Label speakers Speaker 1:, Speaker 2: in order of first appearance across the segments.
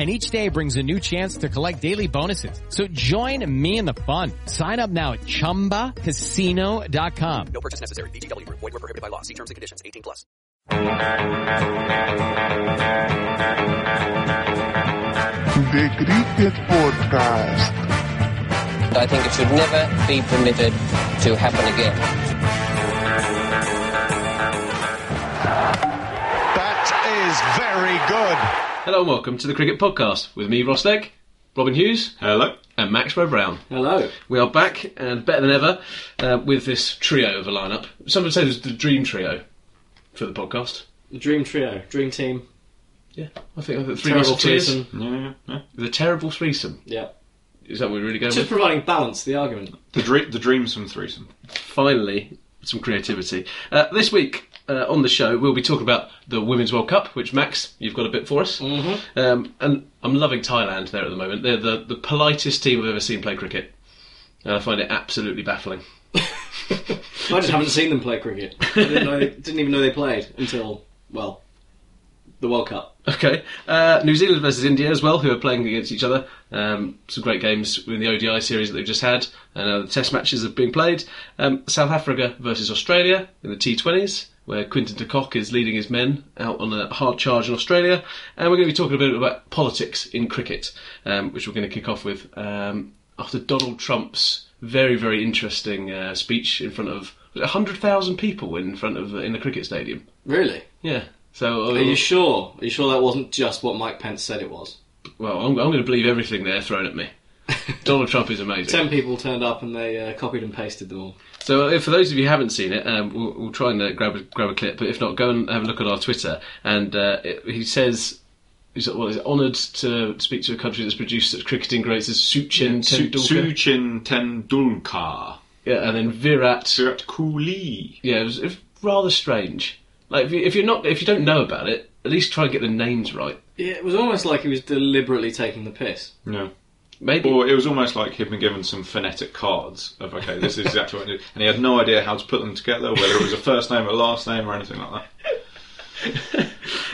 Speaker 1: and each day brings a new chance to collect daily bonuses. So join me in the fun. Sign up now at ChumbaCasino.com.
Speaker 2: No purchase necessary. VGW Group. Void were prohibited by law. See terms and conditions. 18 plus.
Speaker 3: The Cricket Podcast.
Speaker 4: I think it should never be permitted to happen again.
Speaker 5: That
Speaker 6: Hello and welcome to the Cricket Podcast with me, Ross Legg, Robin Hughes,
Speaker 5: Hello.
Speaker 6: and Maxwell Brown.
Speaker 5: Hello.
Speaker 6: We are back and better than ever uh, with this trio of a lineup. Some would say this is the dream trio for the podcast.
Speaker 5: The Dream Trio, Dream Team,
Speaker 6: Yeah, I think the three
Speaker 5: Terrible
Speaker 6: musketeers.
Speaker 5: Threesome.
Speaker 7: Yeah, yeah.
Speaker 6: The terrible threesome.
Speaker 5: Yeah.
Speaker 6: Is that what we're really going
Speaker 5: Just
Speaker 6: with?
Speaker 5: providing balance to the argument.
Speaker 7: The, dream, the dreamsome threesome.
Speaker 6: Finally, some creativity. Uh, this week uh, on the show, we'll be talking about the Women's World Cup, which Max, you've got a bit for us. Mm-hmm. Um, and I'm loving Thailand there at the moment. They're the, the politest team I've ever seen play cricket, and I find it absolutely baffling.
Speaker 5: I just haven't seen them play cricket. I didn't, know they, didn't even know they played until, well, the World Cup.
Speaker 6: Okay. Uh, New Zealand versus India as well, who are playing against each other. Um, some great games in the ODI series that they've just had, and uh, the Test matches have been played. Um, South Africa versus Australia in the T20s, where Quinton de Kock is leading his men out on a hard charge in Australia. And we're going to be talking a bit about politics in cricket, um, which we're going to kick off with um, after Donald Trump's very, very interesting uh, speech in front of was it 100,000 people in front of in the cricket stadium.
Speaker 5: Really?
Speaker 6: Yeah. So uh,
Speaker 5: Are you sure? Are you sure that wasn't just what Mike Pence said it was?
Speaker 6: Well, I'm, I'm going to believe everything they're throwing at me. Donald Trump is amazing.
Speaker 5: Ten people turned up and they uh, copied and pasted them all.
Speaker 6: So, uh, for those of you who haven't seen it, um, we'll, we'll try and uh, grab a, grab a clip. But if not, go and have a look at our Twitter. And uh, it, he says, he's, "Well, he's honoured to speak to a country that's produced such cricketing greats as Suchin
Speaker 7: Su-
Speaker 6: Tendulkar,
Speaker 7: Suchin Tendulkar.
Speaker 6: yeah, and then Virat.
Speaker 7: Virat Kohli.
Speaker 6: Yeah, it was, it was rather strange. Like if, you, if you're not, if you don't know about it, at least try and get the names right.
Speaker 5: Yeah, it was almost like he was deliberately taking the piss.
Speaker 7: No.
Speaker 6: Maybe
Speaker 7: Or it was almost like he'd been given some phonetic cards of, okay, this is exactly what I need. And he had no idea how to put them together, whether it was a first name, a last name, or anything like that.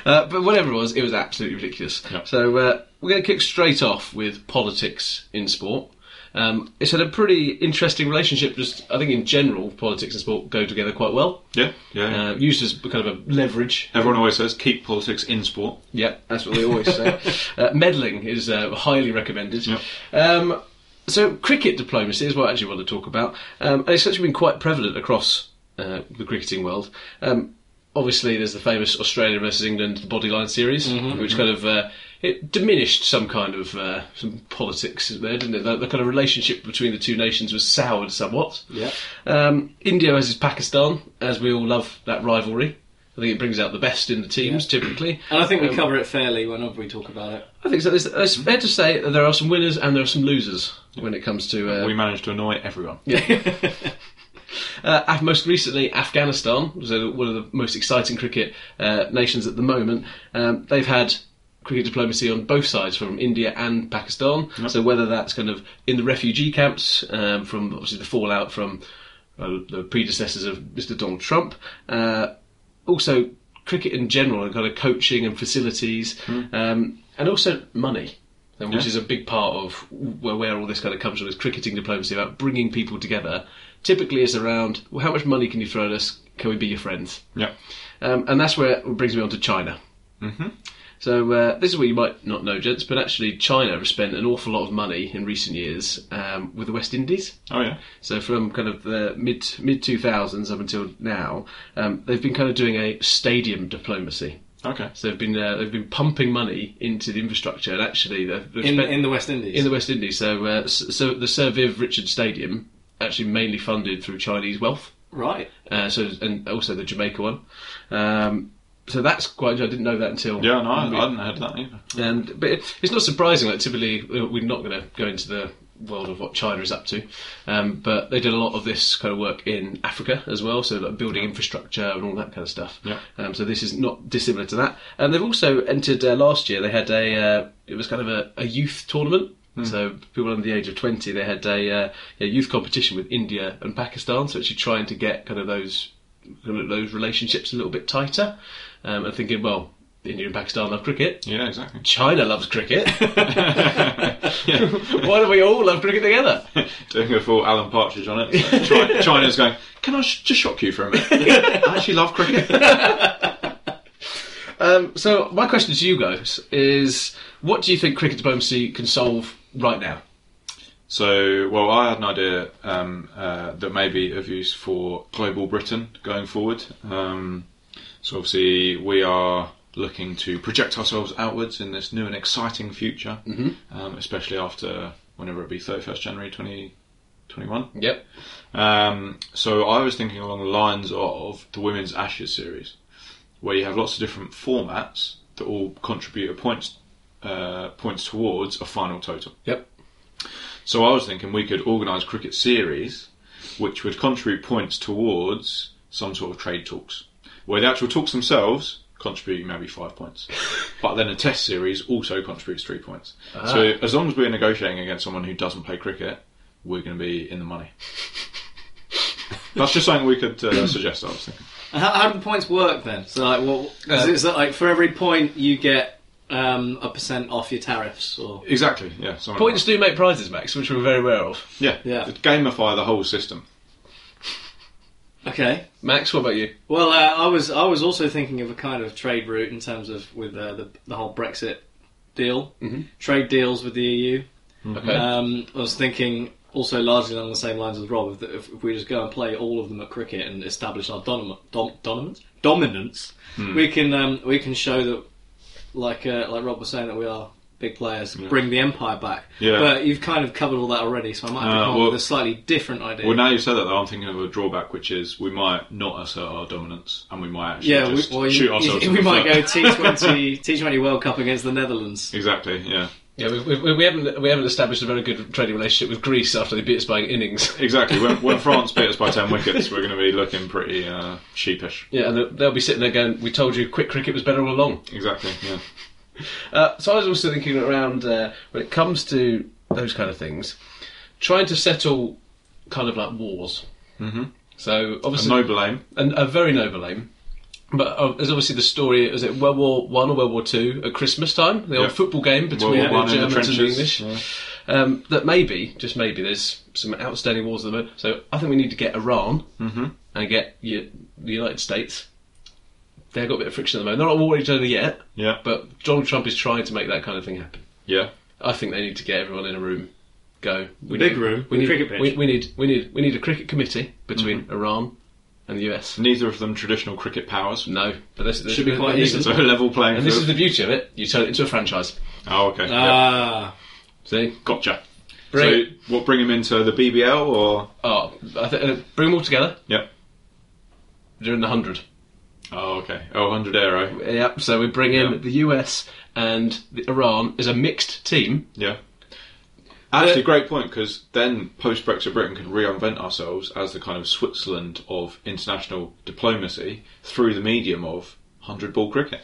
Speaker 6: Uh, but whatever it was, it was absolutely ridiculous.
Speaker 7: Yeah.
Speaker 6: So uh, we're going to kick straight off with politics in sport. Um, it's had a pretty interesting relationship. Just I think in general, politics and sport go together quite well.
Speaker 7: Yeah, yeah. yeah.
Speaker 6: Uh, used as kind of a leverage.
Speaker 7: Everyone always says, keep politics in sport.
Speaker 6: Yeah, that's what they always say. Uh, meddling is uh, highly recommended.
Speaker 7: Yeah.
Speaker 6: Um, so cricket diplomacy is what I actually want to talk about. Um, and it's actually been quite prevalent across uh, the cricketing world. Um, obviously, there's the famous Australia versus England the Bodyline series, which kind of uh, it diminished some kind of uh, some politics there, didn't it? The, the kind of relationship between the two nations was soured somewhat.
Speaker 5: Yeah.
Speaker 6: Um, India versus Pakistan, as we all love that rivalry. I think it brings out the best in the teams typically.
Speaker 5: And I think we
Speaker 6: Um,
Speaker 5: cover it fairly whenever we talk about it.
Speaker 6: I think so. It's, it's fair to say that there are some winners and there are some losers when it comes to. Uh,
Speaker 7: We managed to annoy everyone.
Speaker 6: uh, af- most recently, Afghanistan was uh, one of the most exciting cricket uh, nations at the moment. Um, they've had cricket diplomacy on both sides from India and Pakistan. So whether that's kind of in the refugee camps um, from obviously the fallout from uh, the predecessors of Mr. Donald Trump, uh, also cricket in general and kind of coaching and facilities, um, and also money. And which
Speaker 7: Yeah.
Speaker 6: is a big part of where, where all this kind of comes from is cricketing diplomacy about bringing people together. Typically, it's around well, how much money can you throw at us? Can we be your friends?
Speaker 7: Yeah.
Speaker 6: Um, and that's where it brings me on to China. So uh, this is what you might not know, gents, but actually China has spent an awful lot of money in recent years um, with the West Indies.
Speaker 7: Oh yeah.
Speaker 6: So from kind of the mid mid two thousands up until now, um, they've been kind of doing a stadium diplomacy.
Speaker 7: Okay.
Speaker 6: So they've been uh, they've been pumping money into the infrastructure, and actually they've, they've
Speaker 5: In,
Speaker 6: spent
Speaker 5: in the West Indies.
Speaker 6: in the West Indies. So uh, s- so the Sir Viv Richard Stadium actually mainly funded through Chinese wealth.
Speaker 5: right.
Speaker 6: Uh, so and also the Jamaica one. Um, so that's quite. I didn't know that until
Speaker 7: Yeah, no, I, I hadn't heard that either.
Speaker 6: and but it, it's not surprising. Like typically, uh, we're not going to go into the world of what China is up to, um, but they did a lot of this kind of work in Africa as well. So like building infrastructure and all that kind of stuff.
Speaker 7: Yeah.
Speaker 6: Um, so this is not dissimilar to that. And they've also entered uh, last year. They had a uh, it was kind of a, a youth tournament. So people under the age of twenty, they had a, uh, a youth competition with India and Pakistan. So actually trying to get kind of those kind of those relationships a little bit tighter, um, and thinking, well, India and Pakistan love cricket.
Speaker 7: Yeah, exactly.
Speaker 6: China loves cricket. Why do we all love cricket together?
Speaker 7: Doing a full Alan Partridge on it. So Chi- China's going. Can I sh- just shock you for a minute? I actually love cricket.
Speaker 6: Um, so my question to you guys is: What do you think cricket diplomacy can solve right now?
Speaker 7: So, well, I had an idea um, uh, that may be of use for global Britain going forward. Um, so, obviously, we are looking to project ourselves outwards in this new and exciting future, um, especially after whenever it be 31st January 2021.
Speaker 6: Yep.
Speaker 7: Um, so I was thinking along the lines of the Women's Ashes series, where you have lots of different formats that all contribute a points uh, points towards a final total.
Speaker 6: Yep.
Speaker 7: So I was thinking we could organise cricket series, which would contribute points towards some sort of trade talks, where the actual talks themselves contribute maybe five points, but then a test series also contributes three points. So as long as we're negotiating against someone who doesn't play cricket, we're going to be in the money. That's just something we could uh, suggest. I was thinking.
Speaker 5: How, how do the points work then? So, like, what is it, is it like for every point you get um, a percent off your tariffs, or
Speaker 7: Exactly. Yeah. something like
Speaker 6: Points do make prizes, Max, which we're very aware of.
Speaker 7: that. Yeah.
Speaker 5: Yeah.
Speaker 7: Gamify the whole system.
Speaker 5: okay?
Speaker 6: Max, what about you?
Speaker 5: Well, uh, I was I was also thinking of a kind of trade route in terms of with uh, the the whole Brexit deal, trade deals with the EU.
Speaker 6: Okay.
Speaker 5: Um, I was thinking also largely along the same lines as Rob. If, if, if we just go and play all of them at cricket and establish our dominance, dom, dominance, dominance
Speaker 7: Hmm.
Speaker 5: we can um, we can show that, like uh, like Rob was saying, that we are big players. Bring the empire back.
Speaker 7: Yeah.
Speaker 5: But you've kind of covered all that already, so I might have
Speaker 7: Uh,
Speaker 5: to come up
Speaker 7: well-
Speaker 5: with a slightly different idea.
Speaker 7: Well, now you said that, though, I'm thinking of a drawback, which is we might not assert our dominance, and we might actually
Speaker 5: yeah, we,
Speaker 7: just
Speaker 5: well, you-
Speaker 7: shoot
Speaker 5: you-
Speaker 7: ourselves. in
Speaker 5: we
Speaker 7: the
Speaker 5: might
Speaker 7: foot.
Speaker 5: go T Twenty T Twenty World Cup against the Netherlands.
Speaker 7: Exactly. Yeah.
Speaker 6: yeah, we, we, we haven't we haven't established a very good trading relationship with Greece after they beat us by innings.
Speaker 7: Exactly. When, when France beat us by ten wickets, we're going to be looking pretty uh, sheepish.
Speaker 6: Yeah, and they'll- they'll be sitting there going, "We told you, quick cricket was better all along."
Speaker 7: Exactly. Yeah.
Speaker 6: Uh, so I was also thinking around uh, when it comes to those kind of things, trying to settle kind of like wars. Mm-hmm. So
Speaker 7: A
Speaker 6: obviously,
Speaker 7: noble aim.
Speaker 6: and a very noble aim. But uh, there's obviously the story. Was it World War One or World War Two at Christmas time? The old
Speaker 7: Yep.
Speaker 6: football game between
Speaker 7: World War
Speaker 6: the
Speaker 7: One in the
Speaker 6: Germans and the English.
Speaker 7: trenches.
Speaker 6: Um, that maybe, just maybe, there's some outstanding wars at the moment. So I think we need to get Iran
Speaker 7: Mm-hmm.
Speaker 6: and get U- the United States. They've got a bit of friction at the moment. They're not at war with each other yet,
Speaker 7: Yeah.
Speaker 6: but Donald Trump is trying to make that kind of thing happen.
Speaker 7: Yeah.
Speaker 6: I think they need to get everyone in a room. Go. We
Speaker 5: big
Speaker 6: need-
Speaker 5: room,
Speaker 6: We
Speaker 5: the
Speaker 6: need,
Speaker 5: cricket pitch. Mm-hmm.
Speaker 6: We, we need. We need. We need a cricket committee between Iran and the US.
Speaker 7: Neither of them traditional cricket powers.
Speaker 6: No, but this, this
Speaker 5: Should be quite
Speaker 6: this
Speaker 5: easy.
Speaker 6: is-
Speaker 7: So a level playing
Speaker 6: and this is
Speaker 7: field.
Speaker 6: the beauty of it. You turn it into a franchise.
Speaker 7: Oh, okay. Yeah.
Speaker 5: Ah,
Speaker 6: See?
Speaker 7: Gotcha.
Speaker 6: Bring,
Speaker 7: So, what? Bring him into the BBL or?
Speaker 6: oh, I th- uh, bring them all together
Speaker 7: Yep.
Speaker 6: during the 100.
Speaker 7: Oh, okay. Oh, 100 arrow.
Speaker 6: Yep, so we bring in
Speaker 7: Yeah.
Speaker 6: the US and the Iran as a mixed team.
Speaker 7: Yeah. Actually, great point because then post Brexit Britain can reinvent ourselves as the kind of Switzerland of international diplomacy through the medium of 100 ball cricket.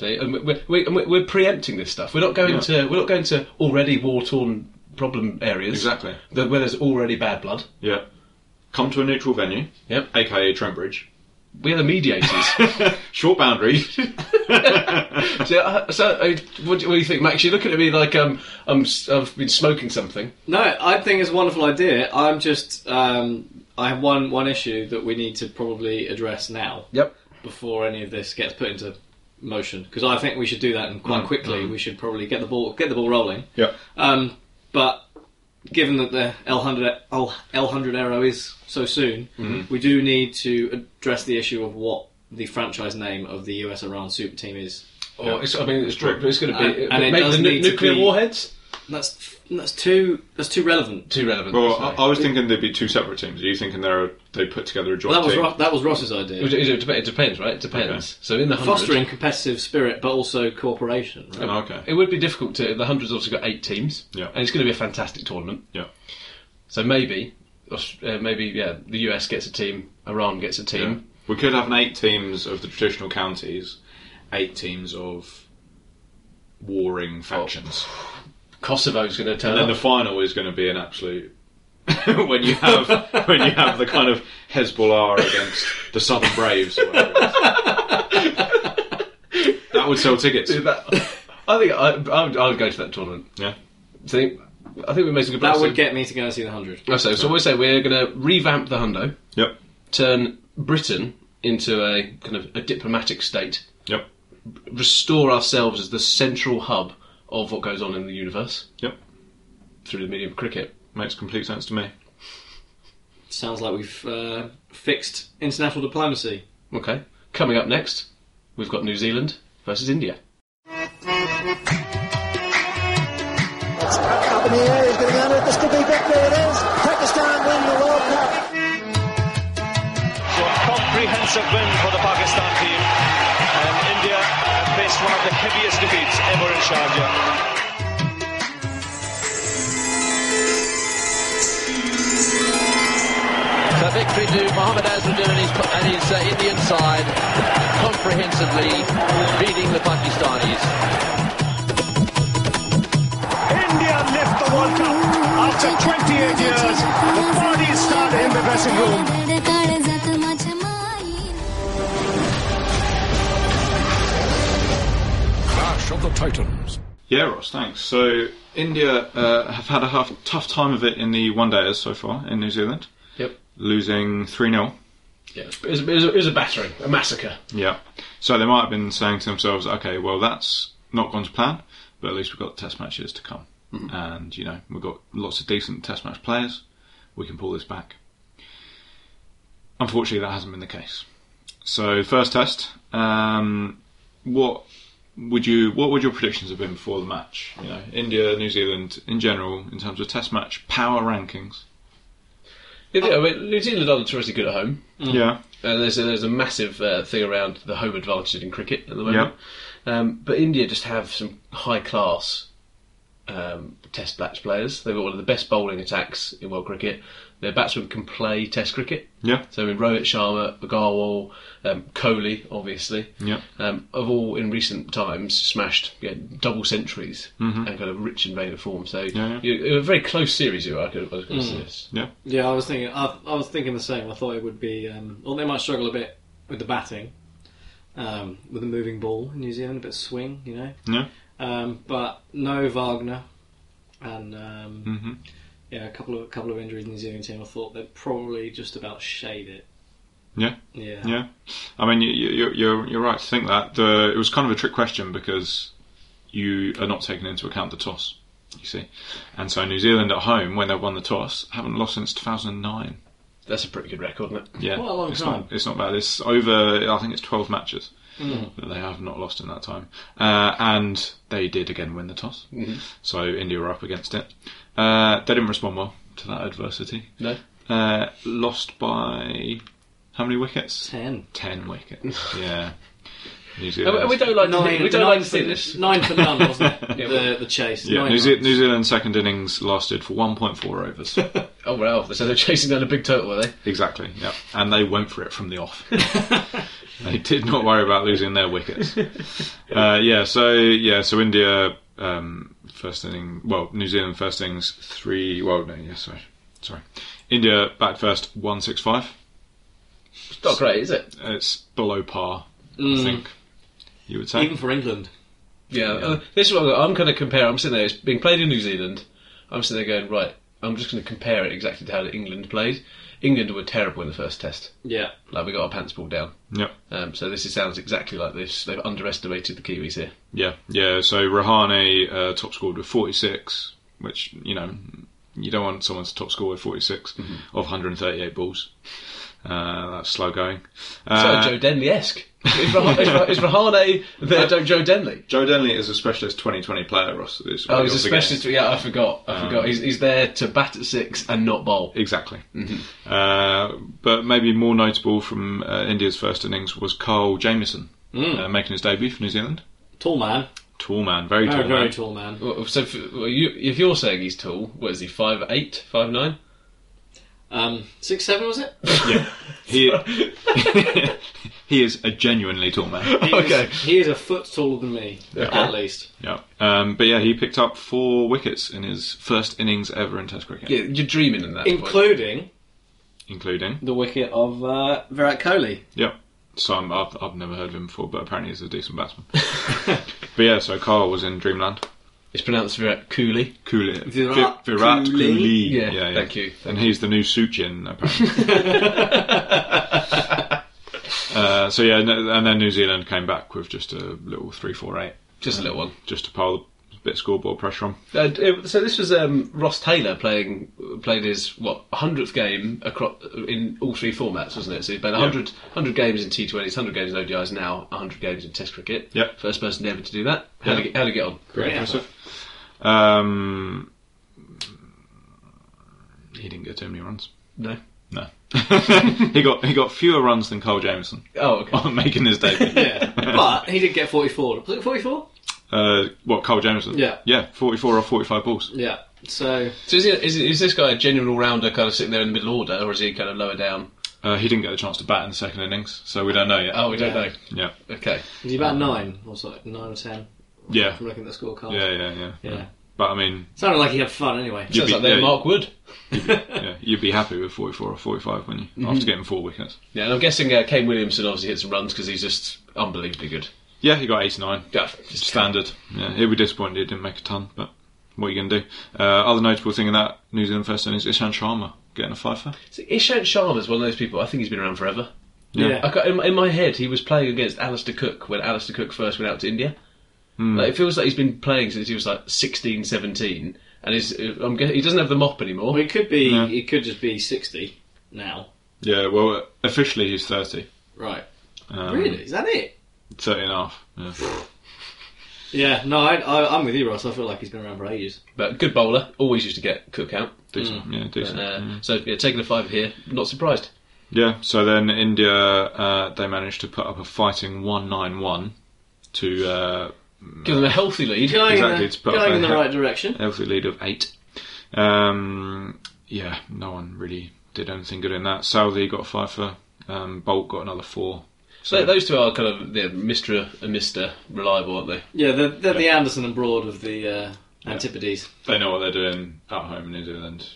Speaker 6: See? And we- we're, we- and we're, we're preempting this stuff. We're not going
Speaker 7: Yeah.
Speaker 6: to we're not going to already war torn problem areas
Speaker 7: Exactly.
Speaker 6: that- where there's already bad blood.
Speaker 7: Yeah. Come to a neutral venue,
Speaker 6: Yep.
Speaker 7: aka Trent Bridge.
Speaker 6: We're the mediators.
Speaker 7: Short boundary.
Speaker 6: So, uh, so I mean, what, do, what do you think, Max? You're looking at me like um, I'm, s- I've been smoking something.
Speaker 5: No, I think it's a wonderful idea. I'm just um, I have one one issue that we need to probably address now.
Speaker 6: Yep.
Speaker 5: Before any of this gets put into motion, because I think we should do that and quite
Speaker 7: Mm,
Speaker 5: quickly. We should probably get the ball get the ball rolling.
Speaker 7: Yep.
Speaker 5: Um, but given that the L hundred oh, L hundred arrow is so soon,
Speaker 7: Mm-hmm.
Speaker 5: we do need to address the issue of what the franchise name of the US Iran super team is.
Speaker 6: Or it's, I mean, it's, dr- it's going to be
Speaker 5: And- and it
Speaker 6: make
Speaker 5: does
Speaker 6: the nu-
Speaker 5: need to
Speaker 6: nuclear
Speaker 5: be-
Speaker 6: warheads
Speaker 5: That's that's too that's too relevant.
Speaker 6: too relevant.
Speaker 7: Well, uh,
Speaker 6: so.
Speaker 7: I, I was thinking there'd be two separate teams. Are you thinking they're they put together a joint
Speaker 5: Well, that was
Speaker 7: team?
Speaker 5: Ro- that was Ross's idea.
Speaker 6: It, it dep- it depends, right? It depends. So in the hundreds,
Speaker 5: fostering competitive spirit, but also cooperation. Right?
Speaker 7: Oh, okay.
Speaker 6: it would be difficult to. The hundreds also got eight teams,
Speaker 7: Yeah.
Speaker 6: and it's going to be a fantastic tournament.
Speaker 7: Yeah.
Speaker 6: So maybe, Aus- uh, maybe yeah, the US gets a team, Iran gets a team.
Speaker 7: We could have an eight teams of the traditional counties, eight teams of warring factions.
Speaker 6: Kosovo's going to turn
Speaker 7: And then the
Speaker 6: up.
Speaker 7: final is going to be an absolute when you have when you have the kind of Hezbollah against the Southern Braves. Or whatever it is. that would sell tickets.
Speaker 6: That- I think I, I, would, I would go to that tournament.
Speaker 7: Yeah.
Speaker 6: I think I think we made some good.
Speaker 5: That
Speaker 6: points.
Speaker 5: would get me to go and see the hundred.
Speaker 6: Oh, So, so we say we're going to revamp the hundo,
Speaker 7: Yep.
Speaker 6: turn Britain into a kind of a diplomatic state,
Speaker 7: Yep.
Speaker 6: restore ourselves as the central hub of what goes on in the universe
Speaker 7: Yep.
Speaker 6: through the medium of cricket.
Speaker 7: Makes complete sense to me.
Speaker 5: Sounds like we've uh, fixed international diplomacy.
Speaker 6: Okay. Coming up next, we've got New Zealand versus India.
Speaker 8: comprehensive win for the Pakistan team. And India have faced one of the heaviest defeats ever in Sharjah.
Speaker 4: So victory to Mohammad Azharuddin and his, and his uh, Indian side, comprehensively beating the Pakistanis.
Speaker 8: India lift the World Cup. After 28 years, the party started in the dressing room.
Speaker 9: Clash of the Titans.
Speaker 7: Yeah, Ross, thanks. So, India uh, have had a half, tough time of it in the one dayers so far in New Zealand,
Speaker 6: Yep.
Speaker 7: losing 3 0.
Speaker 6: Yeah, it was, it, was, it was a battering, a massacre.
Speaker 7: Yeah. So, they might have been saying to themselves, okay, well, that's not gone to plan, but at least we've got test matches to come. And, you know, we've got lots of decent test match players. We can pull this back. Unfortunately, that hasn't been the case. So, first test, um, what would you what would your predictions have been before the match? You know, India, New Zealand in general, in terms of Test match power rankings.
Speaker 6: Yeah, I mean, New Zealand are notoriously good at home.
Speaker 7: Yeah,
Speaker 6: And there's a, there's a massive uh, thing around the home advantage in cricket at the moment. Um, but India just have some high class um, Test match players. They've got one of the best bowling attacks in world cricket. Their batsmen can play Test cricket.
Speaker 7: yeah,
Speaker 6: So in Rohit Sharma, Agarwal, um, Kohli, obviously,
Speaker 7: Yeah.
Speaker 6: um, have all in recent times smashed yeah, double centuries and kind of rich in vein of form. So
Speaker 7: Mm-hmm. yeah.
Speaker 6: You, it was a very close series. You, I, could, I was going to say this.
Speaker 7: yeah,
Speaker 5: Yeah, I was thinking. I, I was thinking the same. I thought it would be. Um, well, they might struggle a bit with the batting, um, with the moving ball in New Zealand, a bit of swing, you know.
Speaker 7: yeah.
Speaker 5: Um, but no Wagner, and um,
Speaker 7: hmm
Speaker 5: yeah, a couple of couple of injuries in the New Zealand team. I thought they'd probably just about shade it.
Speaker 7: Yeah.
Speaker 5: Yeah.
Speaker 7: Yeah, I mean, you, you, you're you're right to think that. The, it was kind of a trick question because you are not taking into account the toss. You see, and so New Zealand at home when they've won the toss haven't lost since 2009.
Speaker 6: That's a pretty good record, isn't it?
Speaker 7: Yeah,
Speaker 5: Quite a long
Speaker 7: it's
Speaker 5: time.
Speaker 7: Not, it's not bad. It's over. I think it's 12 matches
Speaker 5: Mm-hmm.
Speaker 7: that they have not lost in that time, uh, and they did again win the toss.
Speaker 5: Mm-hmm.
Speaker 7: So India were up against it. Uh, they didn't respond well to that adversity.
Speaker 6: No.
Speaker 7: Uh, lost by how many wickets?
Speaker 5: Ten.
Speaker 7: Ten wickets. Yeah. New
Speaker 6: And we-
Speaker 7: Zealand.
Speaker 6: and we don't like to,
Speaker 5: Nine,
Speaker 6: think- we don't
Speaker 5: nine
Speaker 6: like to
Speaker 5: for-
Speaker 6: see this.
Speaker 5: Nine for none, wasn't it? the, the chase.
Speaker 7: yeah,
Speaker 5: nine
Speaker 7: New, Ze-
Speaker 5: runs.
Speaker 7: New Zealand's second innings lasted for 1.4 overs.
Speaker 6: Oh well, so they're chasing down a big total, are they?
Speaker 7: exactly, yeah. And they went for it from the off. they did not worry about losing their wickets. Uh, yeah, so yeah, so India um, first inning, well, New Zealand first innings three. Well, no, yeah, sorry, sorry. India bat first one six five.
Speaker 6: It's not great, is it?
Speaker 7: It's below par
Speaker 5: Mm.
Speaker 7: I think you would say.
Speaker 5: Even for England.
Speaker 6: Yeah, Uh, this is what I'm, I'm going to compare. I'm sitting there, it's being played in New Zealand. I'm sitting there going, right, I'm just going to compare it exactly to how England played. England were terrible in the first test.
Speaker 5: Yeah.
Speaker 6: Like, we got our pants pulled down.
Speaker 7: Yep.
Speaker 6: Um, so this is, sounds exactly like this. They've underestimated the Kiwis here.
Speaker 7: Yeah, yeah. So Rahane uh, top scored with 46, which you know you don't want someone to top score with 46 of 138 balls. Uh, that's slow going. Uh,
Speaker 6: so Joe Denley esque. Is, Rah- is, Rah- is Rahane there, don't Joe Denley?
Speaker 7: Joe Denley is a specialist 2020 player, Ross. Is what
Speaker 6: Oh, he's a
Speaker 7: you're forgetting.
Speaker 6: specialist. Yeah, I forgot. I forgot. He's, he's there to bat at six and not bowl.
Speaker 7: Exactly. Uh, but maybe more notable from uh, India's first innings was Carl Jameson uh, making his debut for New Zealand.
Speaker 5: Tall man.
Speaker 7: Tall man,
Speaker 6: Oh,
Speaker 7: very
Speaker 5: Very,
Speaker 7: tall
Speaker 5: very
Speaker 7: man.
Speaker 5: tall man.
Speaker 6: Well, So if, well, you, if you're saying he's tall, what is he? Five eight, five nine?
Speaker 5: Um, six seven was it?
Speaker 7: He, he is a genuinely tall man.
Speaker 5: He is-
Speaker 6: Okay.
Speaker 5: he is a foot taller than me, at least.
Speaker 7: Yeah. Um, but yeah, he picked up four wickets in his first innings ever in Test cricket,
Speaker 6: Yeah, you're dreaming in that. point.
Speaker 5: Including
Speaker 7: including.
Speaker 5: the wicket of uh, Virat Kohli.
Speaker 7: Yeah. So I'm, I've, I've never heard of him before, but apparently he's a decent batsman. but yeah, so Carl was in Dreamland.
Speaker 6: It's pronounced Virat Cooley.
Speaker 7: Cooley.
Speaker 5: Virat
Speaker 7: Vi- Virat
Speaker 5: Kohli.
Speaker 7: Kohli.
Speaker 6: Yeah, thank you, thank
Speaker 7: and he's the new Suchin, apparently. uh, so yeah, no- and then New Zealand came back with just a little 3 4 8,
Speaker 6: Just a little one.
Speaker 7: just to pile a bit of scoreboard pressure on.
Speaker 6: Uh, it- so this was um, Ross Taylor playing played his what hundredth game across in all three formats, wasn't it? So he played 100, 100 games in T20s, hundred games in ODIs, now hundred games in Test cricket.
Speaker 7: Yeah.
Speaker 6: First person ever to do that. How
Speaker 7: Yeah.
Speaker 6: to get how to get on?
Speaker 5: Great
Speaker 7: Um, he didn't get too many runs.
Speaker 6: No.
Speaker 7: No. he got he got fewer runs than Cole Jameson
Speaker 6: Oh, okay.
Speaker 7: on making his debut.
Speaker 5: Yeah. but he did get 44. Was it 44?
Speaker 7: Uh, what Cole Jameson?
Speaker 5: Yeah.
Speaker 7: Yeah, forty four or forty five balls.
Speaker 5: Yeah. So,
Speaker 6: So is, he, is, he- is this guy a genuine all rounder, kind of sitting there in the middle order, or is he kind of lower down?
Speaker 7: Uh, he didn't get a chance to bat in the second innings, so we don't know yet.
Speaker 6: Oh, we don't know.
Speaker 7: Yeah.
Speaker 6: Okay.
Speaker 5: was he about nine or so? Nine or ten?
Speaker 7: Yeah.
Speaker 5: I'm looking at the scorecard.
Speaker 7: Yeah, yeah, yeah.
Speaker 5: Yeah.
Speaker 7: But I mean,
Speaker 5: Sounded like he had fun anyway.
Speaker 6: Sounds
Speaker 7: You'd be-
Speaker 6: like they're
Speaker 7: yeah,
Speaker 6: Mark Wood.
Speaker 7: yeah, you'd be happy with forty four or forty five, wouldn't you? After getting four wickets.
Speaker 6: Yeah, and I'm guessing uh, Kane Williamson obviously hit some runs because he's just unbelievably good.
Speaker 7: Yeah, he got eighty nine.
Speaker 6: Yeah, just
Speaker 7: Standard. Yeah, he'll be disappointed he didn't make a ton, but what are you going to do? Uh, other notable thing in that New Zealand first innings, Ishan Sharma getting a fifer.
Speaker 6: So Ishant Sharma's one of those people. I think he's been around forever.
Speaker 5: Yeah.
Speaker 6: I got, in, my- in my head, he was playing against Alistair Cook when Alistair Cook first went out to India. Like, it feels like he's been playing since he was like 16, 17. And he's, I'm, guess- he doesn't have the mop anymore.
Speaker 5: Well, it could be, it could just be 60 now.
Speaker 7: Yeah, well, uh, officially he's 30.
Speaker 5: Right.
Speaker 7: Um,
Speaker 5: really? Is that it?
Speaker 7: 30 and a half. Yeah.
Speaker 5: Yeah, no, I, I, I'm with you, Ross. I feel like he's been around for ages.
Speaker 6: But good bowler. Always used to get Cook out.
Speaker 7: Decent. Yeah,
Speaker 6: Uh,
Speaker 7: decent.
Speaker 6: So, yeah, taking a five here, not surprised.
Speaker 7: yeah, so then India, uh, they managed to put up a fighting 191 to uh,
Speaker 6: Give them a healthy lead.
Speaker 5: Going,
Speaker 7: Exactly,
Speaker 5: in,
Speaker 7: it's
Speaker 5: the,
Speaker 7: put up
Speaker 5: going
Speaker 7: a
Speaker 5: in the
Speaker 7: hit.
Speaker 5: right direction.
Speaker 7: healthy lead of 8. Um, yeah, no one really did anything good in that. Southey got a fifer, um, Bolt got another 4.
Speaker 6: So, those two are kind of they're Mr. and Mr. reliable, aren't they?
Speaker 5: Yeah, they're, they're the Anderson and Broad of the uh, Antipodes.
Speaker 7: They know what they're doing at home in New Zealand.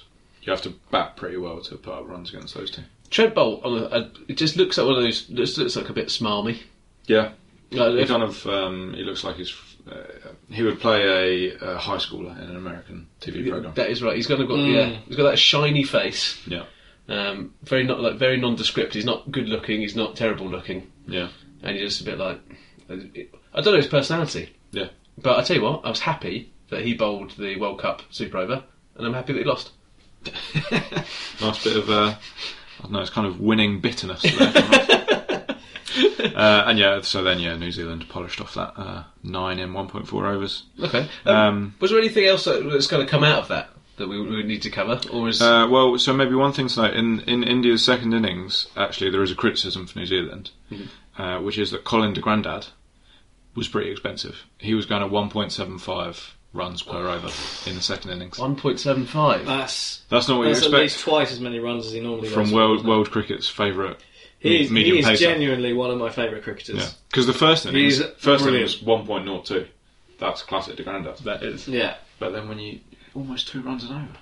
Speaker 7: You have to bat pretty well to put up runs against those two.
Speaker 6: Trent Bolt, on a, a, it just looks like one of those, looks, looks like a bit smarmy.
Speaker 7: Yeah,
Speaker 6: Like,
Speaker 7: He
Speaker 6: if-
Speaker 7: kind of um, he looks like he's uh, he would play a, a high schooler in an American TV program.
Speaker 6: That is right. He's kind of got yeah. He's got that shiny face.
Speaker 7: Yeah,
Speaker 6: Um, very not like very nondescript. He's not good looking. He's not terrible looking.
Speaker 7: yeah,
Speaker 6: And he's just a bit like I don't know his personality.
Speaker 7: yeah,
Speaker 6: But I tell you what, I was happy that he bowled the World Cup super over, and I'm happy that he lost.
Speaker 7: nice bit of uh, I don't know. It's kind of winning bitterness. There from us. uh, and yeah, so then yeah, New Zealand polished off that uh, nine in one point four overs.
Speaker 6: Okay. Um,
Speaker 7: Um,
Speaker 6: was there anything else that, that's going to come out of that that we, we need to cover, or is
Speaker 7: Uh, well, so maybe one thing to note in in India's second innings, actually, there is a criticism for New Zealand, uh, which is that Colin de Grandad was pretty expensive. He was going at one point seven five runs per over in the second innings.
Speaker 6: 1.75?
Speaker 7: uh,
Speaker 5: That's,
Speaker 7: That's not what you
Speaker 5: that's at least
Speaker 7: expect
Speaker 5: twice as many runs as he normally
Speaker 7: from
Speaker 5: goes for,
Speaker 7: world
Speaker 5: isn't it?
Speaker 7: world cricket's favourite
Speaker 5: He's,
Speaker 7: me- medium
Speaker 5: he is
Speaker 7: pacer.
Speaker 5: genuinely one of my favourite cricketers.
Speaker 7: Because the first innings,
Speaker 5: He's
Speaker 7: first
Speaker 5: brilliant.
Speaker 7: innings one point zero two. That's classic de Grandad. That is.
Speaker 5: Yeah.
Speaker 7: But then when you almost two runs an over.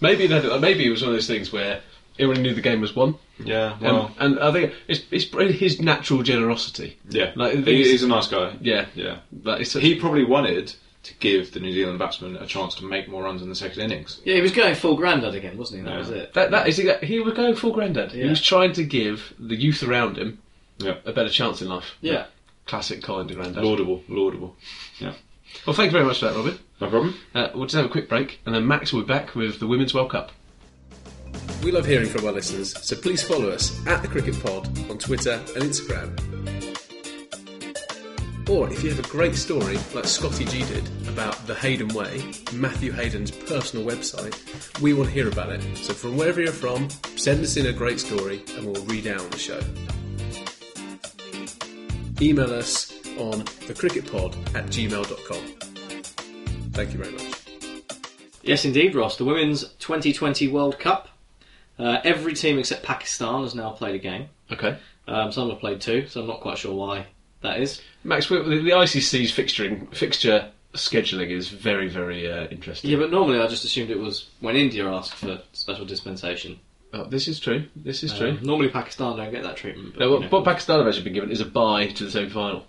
Speaker 6: Maybe that, maybe it was one of those things where he already knew the game was won.
Speaker 7: Yeah,
Speaker 6: And-
Speaker 7: well,
Speaker 6: and, I think it's it's his natural generosity.
Speaker 7: yeah,
Speaker 6: like,
Speaker 7: he,
Speaker 6: these-
Speaker 7: he's a nice guy.
Speaker 6: Yeah,
Speaker 7: yeah.
Speaker 6: Like, it's a-
Speaker 7: He probably wanted to give the New Zealand batsman a chance to make more runs in the second innings.
Speaker 5: Yeah, he was going full grandad again, wasn't he? That
Speaker 7: Yeah.
Speaker 5: was it.
Speaker 6: that that is exa- he was going full granddad. He
Speaker 5: Yeah.
Speaker 6: was trying to give the youth around him
Speaker 7: Yeah,
Speaker 6: a better chance in life.
Speaker 5: Yeah.
Speaker 6: classic kind of granddad.
Speaker 7: laudable, laudable. Yeah,
Speaker 6: Well, thank you very much for that, Robin.
Speaker 7: no problem.
Speaker 6: Uh, we'll just have a quick break, and then Max will be back with the Women's World Cup. We love hearing from our listeners, so please follow us at the Cricket Pod on Twitter and Instagram. Or if you have a great story, like Scotty G did, about the Hayden Way, Matthew Hayden's personal website, we want to hear about it. So from wherever you're from, send us in a great story and we'll read out on the show. Email us on thecricketpod at gmail.com. Thank you very much.
Speaker 5: Yes, indeed, Ross. The Women's 2020 World Cup. Uh, every team except Pakistan has now played a game.
Speaker 6: Okay.
Speaker 5: Um, some have played two, so I'm not quite sure why that is.
Speaker 6: Max, the, the ICC's fixturing fixture scheduling is very, very uh, interesting.
Speaker 5: Yeah, but normally I just assumed it was when India asked for special dispensation.
Speaker 6: Oh, this is true. This is true.
Speaker 5: Um, normally Pakistan don't get that treatment. But,
Speaker 6: Now,
Speaker 5: you
Speaker 6: what,
Speaker 5: know.
Speaker 6: what Pakistan have actually been given is a bye to the semi-final.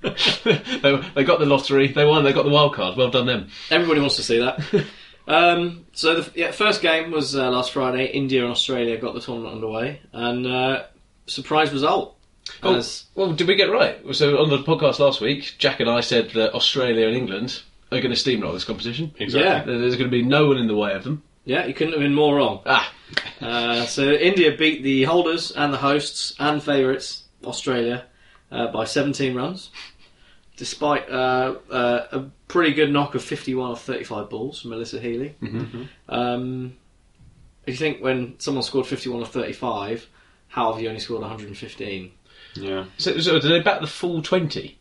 Speaker 6: they, they got the lottery, they won, they got the wild card. Well done them.
Speaker 5: Everybody wants to see that. um, so the yeah, first game was uh, last Friday. India and Australia got the tournament underway, and uh, surprise result.
Speaker 6: Oh,
Speaker 5: As
Speaker 6: well, did we get right? So on the podcast last week, Jack and I said that Australia and England are going to steamroll this competition.
Speaker 5: Exactly.
Speaker 6: There- There's going to be no one in the way of them.
Speaker 5: yeah, you couldn't have been more wrong.
Speaker 6: Ah,
Speaker 5: Uh, so India beat the holders and the hosts and favourites Australia uh, by 17 runs, despite uh, uh, a pretty good knock of 51 off 35 balls from Melissa Healy. Um, if you think when someone scored 51 off 35, how have you only scored 115?
Speaker 7: Yeah,
Speaker 6: so, so did they bat the full twenty?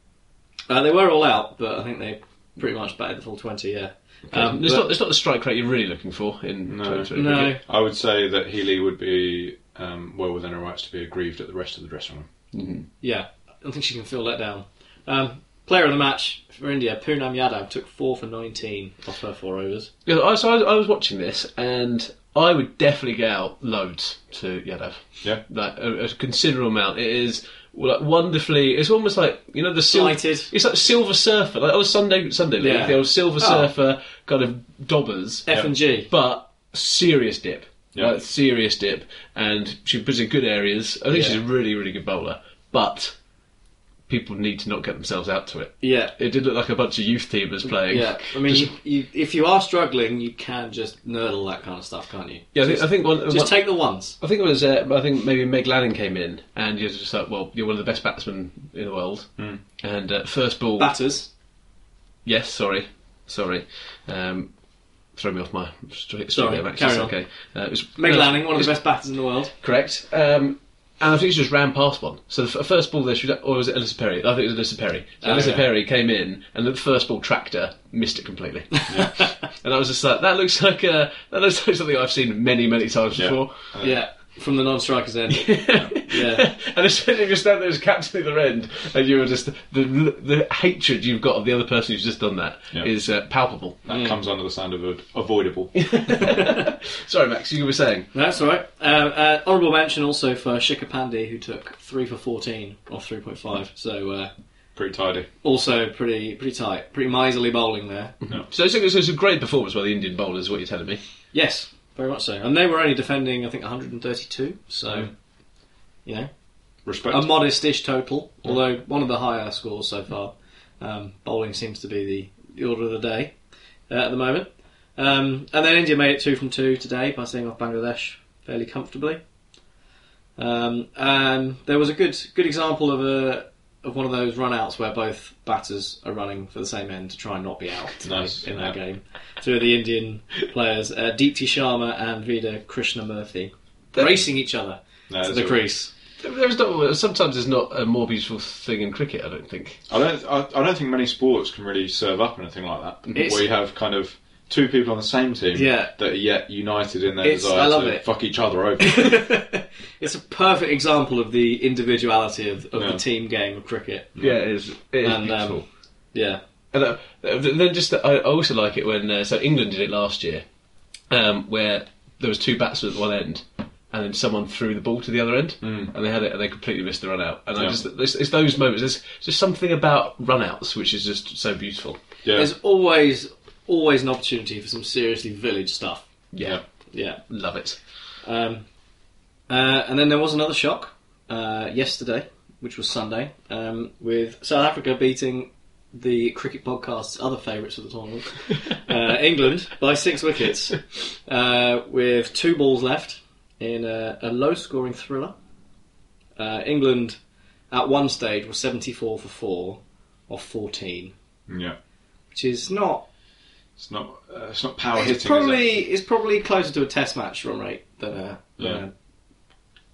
Speaker 5: Uh, they were all out, but I think they pretty much batted the full 20. Yeah. Um,
Speaker 6: it's,
Speaker 5: but-
Speaker 6: not, it's not the strike rate you're really looking for in
Speaker 7: No.
Speaker 6: 2020.
Speaker 5: no.
Speaker 7: I would say that Healy would be um, well within her rights to be aggrieved at the rest of the dressing room.
Speaker 5: Yeah, I don't think she can feel let down. Um, player of the match for India, Poonam Yadav, took four for 19 off her four overs.
Speaker 6: Yeah, I, so I, I was watching this, and I would definitely get out loads to Yadav.
Speaker 7: Yeah.
Speaker 6: like a, a considerable amount. It is like wonderfully. It's almost like you know the sil-
Speaker 5: Blighted.
Speaker 6: It's like Silver Surfer, like old Sunday Sunday League,
Speaker 5: Yeah.
Speaker 6: the old Silver
Speaker 5: Oh.
Speaker 6: Surfer kind of dobbers,
Speaker 5: F and G.
Speaker 6: but serious dip.
Speaker 7: Yeah.
Speaker 6: Like, serious dip, and she puts in good areas. I think she's a really, really good bowler, but people need to not get themselves out to it.
Speaker 5: Yeah.
Speaker 6: It did look like a bunch of youth teamers playing.
Speaker 5: Yeah, I mean,
Speaker 6: Just-
Speaker 5: you, you, if you are struggling, you can just nerdle that kind of stuff, can't you?
Speaker 6: yeah, I think, I think one,
Speaker 5: Just
Speaker 6: one-
Speaker 5: take the ones.
Speaker 6: I think it was. Uh, I think maybe Meg Lanning came in, and you're just like, well, you're one of the best batsmen in the world. Mm. And uh, first ball,
Speaker 5: Batters.
Speaker 6: yes, sorry, sorry, um, throw me off my straight.
Speaker 5: Sorry,
Speaker 6: of
Speaker 5: carry
Speaker 6: It's
Speaker 5: on.
Speaker 6: Okay, uh, it was
Speaker 5: Meg
Speaker 6: no,
Speaker 5: Lanning, one of
Speaker 6: it's
Speaker 5: the best batters in the world.
Speaker 6: Correct. Um, and I think she just ran past one. So the f- first ball there, she was, or was it Alyssa Perry? I think it was Alyssa Perry. So Alyssa
Speaker 5: yeah.
Speaker 6: Perry came in, and the first ball tracked her, missed it completely. and I was just like, that looks like uh that looks like something I've seen many, many times
Speaker 7: Yeah.
Speaker 6: before.
Speaker 5: Yeah, from the non-strikers end. yeah,
Speaker 6: And especially if you stand there as captain at the end, and you were just the the hatred you've got of the other person who's just done that is
Speaker 7: Yeah.
Speaker 6: uh, palpable.
Speaker 7: That comes under the sound of a- avoidable.
Speaker 6: Sorry, Max, you were saying.
Speaker 5: that's all right. Uh, uh, honourable mention also for Shikhar Pandey, who took three for 14 off 3.5. So uh,
Speaker 7: Pretty tidy.
Speaker 5: also pretty pretty tight, pretty miserly bowling there.
Speaker 6: So it's, it's, it's a great performance by the Indian bowlers. What you're telling me?
Speaker 5: Yes, very much so. And they were only defending, I think, 132. So, you know,
Speaker 7: Respect.
Speaker 5: a modest-ish total. Although one of the higher scores so far. Um, bowling seems to be the, the order of the day uh, at the moment. Um, and then India made it two from two today by seeing off Bangladesh fairly comfortably. Um, and there was a good good example of a of one of those run-outs where both batters are running for the same end to try and not be out today
Speaker 7: Nice,
Speaker 5: in that
Speaker 7: yeah.
Speaker 5: game. Two of the Indian players, uh, Deepti Sharma and Vida Krishnamurthy, racing each other
Speaker 7: No,
Speaker 5: to
Speaker 7: that's
Speaker 5: the
Speaker 7: all-
Speaker 5: crease.
Speaker 6: There's not, sometimes there's not a more beautiful thing in cricket. I don't think.
Speaker 7: I don't. I, I don't think many sports can really serve up anything like that.
Speaker 5: It's-
Speaker 7: where you have kind of two people on the same team
Speaker 5: Yeah.
Speaker 7: that are yet united in their
Speaker 5: It's-
Speaker 7: desire
Speaker 5: I love
Speaker 7: to
Speaker 5: it.
Speaker 7: fuck each other over.
Speaker 5: It's a perfect example of the individuality of, of
Speaker 7: Yeah.
Speaker 5: the team game of cricket.
Speaker 6: Yeah, it is. It is
Speaker 5: And, um,
Speaker 6: beautiful.
Speaker 5: Yeah.
Speaker 6: And uh, then just I also like it when uh, so England did it last year, um, where there was two batsmen at one end, and then someone threw the ball to the other end, and they had it, and they completely missed the run out. And I just, it's, it's those moments. There's just something about run outs which is just so beautiful.
Speaker 5: There's always always an opportunity for some seriously village stuff.
Speaker 6: Yeah,
Speaker 5: Yeah.
Speaker 6: love it.
Speaker 5: Um, uh, and then there was another shock uh, yesterday, which was Sunday, um, with South Africa beating the cricket podcast's other favourites of the tournament, uh, England, by six wickets, uh, with two balls left in a, a low-scoring thriller. Uh, England, at one stage, was 74 for four off 14,
Speaker 7: Yeah.
Speaker 5: which is not.
Speaker 7: It's not. Uh, it's not power hitting.
Speaker 5: It's
Speaker 7: is it?
Speaker 5: probably it's probably closer to a Test match run rate than a, than
Speaker 7: Yeah.
Speaker 5: a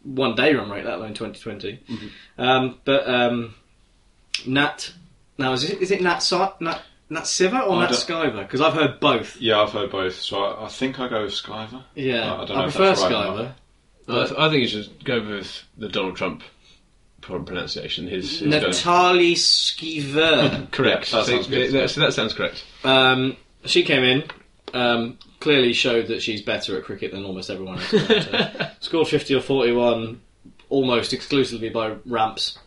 Speaker 5: one day run rate, let alone 2020.
Speaker 7: Mm-hmm.
Speaker 5: Um, but um, Nat, now is it, is it Nat Si- Nat, Nat Siver or
Speaker 7: I
Speaker 5: Nat
Speaker 7: don't-
Speaker 5: Skyver? Because I've heard both.
Speaker 7: Yeah, I've heard both. So I, I think I go with Skyver. Uh,
Speaker 5: Yeah,
Speaker 7: Oh, I, I
Speaker 5: I,
Speaker 7: don't know if
Speaker 5: prefer
Speaker 7: that's right or
Speaker 5: Skyver.
Speaker 7: not.
Speaker 6: I, th- I think you should go with the Donald Trump pro- pronunciation. His, his
Speaker 5: Natalie Skiver.
Speaker 6: correct.
Speaker 7: Yeah, that
Speaker 6: So
Speaker 7: sounds good.
Speaker 6: that- so that sounds correct.
Speaker 5: um, she came in. Um, clearly showed that she's better at cricket than almost everyone else. Uh, Scored 50 or 41 almost exclusively by ramps.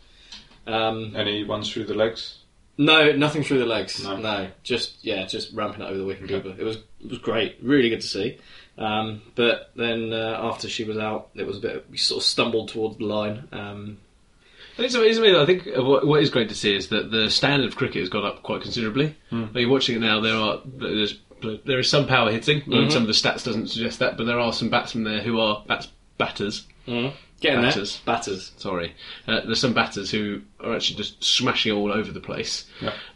Speaker 5: Um,
Speaker 7: Any ones through the legs?
Speaker 5: No, nothing through the legs.
Speaker 7: No.
Speaker 5: No, just yeah, just ramping it over the wicketkeeper. It was it was great, really good to see. Um, but then uh, after she was out, it was a bit. We sort of stumbled towards the line. Um,
Speaker 6: But It's amazing. though. I think uh, what, what is great to see is that the standard of cricket has gone up quite considerably.
Speaker 5: Hmm.
Speaker 6: Like you're watching it now, there are there's, there is some power hitting. and uh, Some of the stats doesn't suggest that, but there are some batsmen there who are bats, batters.
Speaker 5: getting
Speaker 6: Batters.
Speaker 5: there, batters.
Speaker 6: Sorry, uh, there's some batters who are actually just smashing all over the place.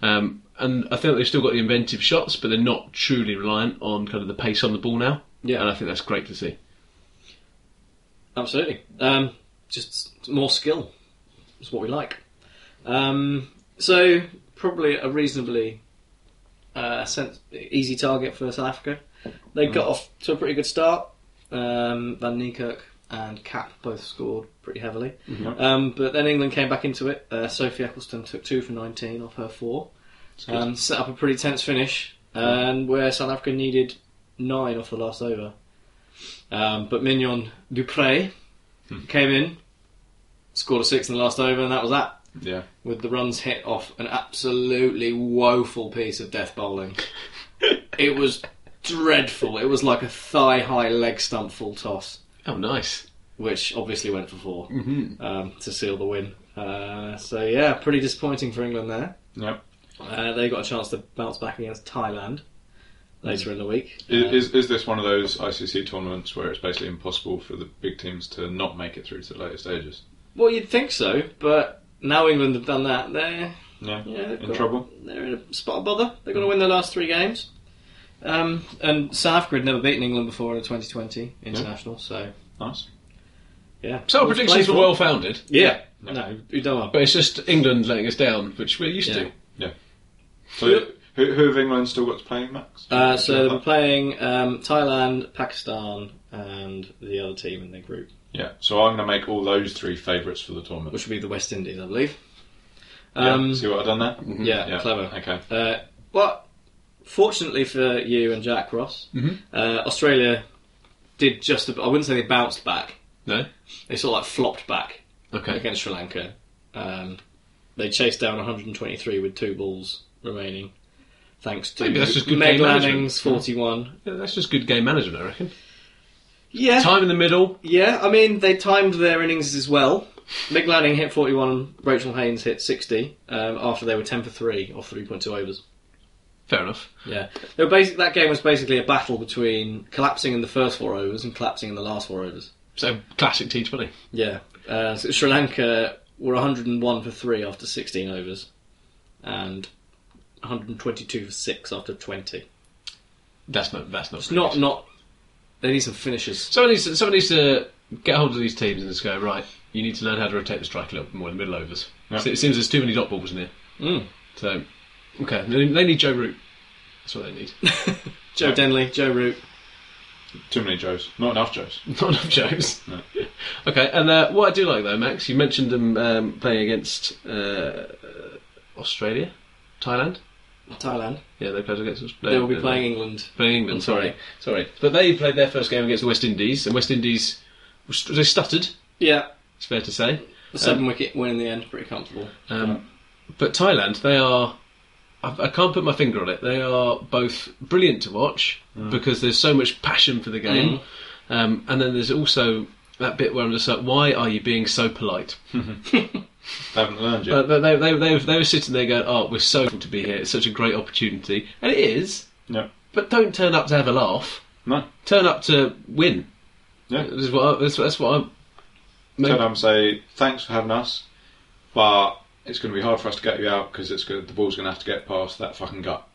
Speaker 6: Um, and I think they've still got the inventive shots, but they're not truly reliant on kind of the pace on the ball now.
Speaker 5: Yeah.
Speaker 6: and I think that's great to see.
Speaker 5: Absolutely. Um, just more skill. It's what we like. Um, so probably a reasonably uh, sens- easy target for South Africa. They got off to a pretty good start. Um, Van Niekerk and Cap both scored pretty heavily, um, but then England came back into it. Uh, Sophie Eccleston took two for nineteen off her four, um, set up a pretty tense finish, and where South Africa needed nine off the last over. Um, but Mignon Dupre came in, scored a six in the last over, and that was that.
Speaker 7: Yeah.
Speaker 5: With the runs hit off an absolutely woeful piece of death bowling. it was dreadful. It was like a thigh high leg stump full toss,
Speaker 6: Oh, nice.
Speaker 5: which obviously went for 4 um, to seal the win. Uh, so, yeah, pretty disappointing for England there.
Speaker 7: Yeah.
Speaker 5: Uh, they got a chance to bounce back against Thailand later in the week. Uh,
Speaker 7: Is, is is this one of those ICC tournaments where it's basically impossible for the big teams to not make it through to the later stages?
Speaker 5: well, you'd think so, but now England have done that, they're
Speaker 7: Yeah.
Speaker 5: Yeah, they've
Speaker 7: In
Speaker 5: got-
Speaker 7: trouble.
Speaker 5: They're in a spot of bother. They're going to win their last three games. Um, and South Africa had never beaten England before in a 2020 international, so
Speaker 7: Nice.
Speaker 5: yeah.
Speaker 6: So our
Speaker 5: Let's
Speaker 6: predictions
Speaker 5: play
Speaker 6: were
Speaker 5: for
Speaker 6: well
Speaker 5: it.
Speaker 6: founded,
Speaker 5: Yeah. No, you don't want.
Speaker 6: but it's just England letting us down, which we're used
Speaker 5: Yeah.
Speaker 6: to.
Speaker 7: So who, who have England still got to play, Max?
Speaker 5: Uh, so they're playing um, Thailand, Pakistan, and the other team in their group,
Speaker 7: yeah. So I'm going to make all those three favourites for the tournament.
Speaker 5: which would be the West Indies, I believe.
Speaker 7: Yeah,
Speaker 5: Um,
Speaker 7: see what I've done there?
Speaker 5: yeah, clever.
Speaker 7: Okay.
Speaker 5: Uh, well, fortunately for you and Jack Ross,
Speaker 6: Mm-hmm.
Speaker 5: uh, Australia did just. ab- I wouldn't say they bounced back.
Speaker 6: No.
Speaker 5: They sort of like flopped back.
Speaker 6: Okay.
Speaker 5: against Sri Lanka. Um, they chased down 123 with two balls remaining, thanks to
Speaker 6: Maybe that's just good
Speaker 5: Meg
Speaker 6: game management. Hmm.
Speaker 5: Lanning's 41.
Speaker 6: Yeah, that's just good game management, I reckon.
Speaker 5: Yeah,
Speaker 6: Time in the middle.
Speaker 5: yeah. I mean, they timed their innings as well. Meg Lanning hit 41, Rachel Haynes hit 60 um, after they were 10 for 3 off 3.2 overs.
Speaker 6: Fair enough.
Speaker 5: Yeah, they were basic, that game was basically a battle between collapsing in the first four overs and collapsing in the last four overs.
Speaker 6: So classic T20.
Speaker 5: Yeah. Uh, so Sri Lanka were 101 for 3 after 16 overs and 122 for 6 after 20.
Speaker 6: That's not. That's not.
Speaker 5: It's
Speaker 6: good.
Speaker 5: not, not. They need some finishes.
Speaker 6: Someone needs. To, someone needs to get hold of these teams and just go right. You need to learn how to rotate the strike a little bit more in the middle overs.
Speaker 7: Yeah.
Speaker 6: So it seems there's too many dot balls in here. So, okay, they they need Joe Root. That's what they need.
Speaker 5: Joe Denley, Joe Root.
Speaker 7: Too many Joes. Not enough Joes.
Speaker 6: not enough Joes. Okay, and uh, what I do like though, Max, you mentioned them um, playing against uh, Australia, Thailand.
Speaker 5: Thailand.
Speaker 6: Yeah, they played against. Australia.
Speaker 5: They will be playing England.
Speaker 6: Playing England,
Speaker 5: sorry.
Speaker 6: sorry, sorry, but they played their first game against the West Indies, and West Indies They stuttered.
Speaker 5: Yeah.
Speaker 6: It's fair to say.
Speaker 5: A seven
Speaker 6: Um,
Speaker 5: wicket win in the end, pretty comfortable.
Speaker 6: Um, but Thailand, they are. I, I can't put my finger on it. They are both brilliant to watch
Speaker 5: Mm.
Speaker 6: because there's so much passion for the game, um, and then there's also that bit where I'm just like, why are you being so polite?
Speaker 7: They haven't learned yet.
Speaker 6: Uh, they, they, they, they, they were sitting there going, oh, we're so grateful to be here. It's such a great opportunity, and it is.
Speaker 7: no.
Speaker 6: But don't turn up to have a laugh.
Speaker 7: No.
Speaker 6: Turn up to win.
Speaker 7: Yeah.
Speaker 6: This is what I, that's, that's what I'm.
Speaker 7: Turn up and say, thanks for having us, but it's going to be hard for us to get you out because the ball's going to have to get past that fucking gut.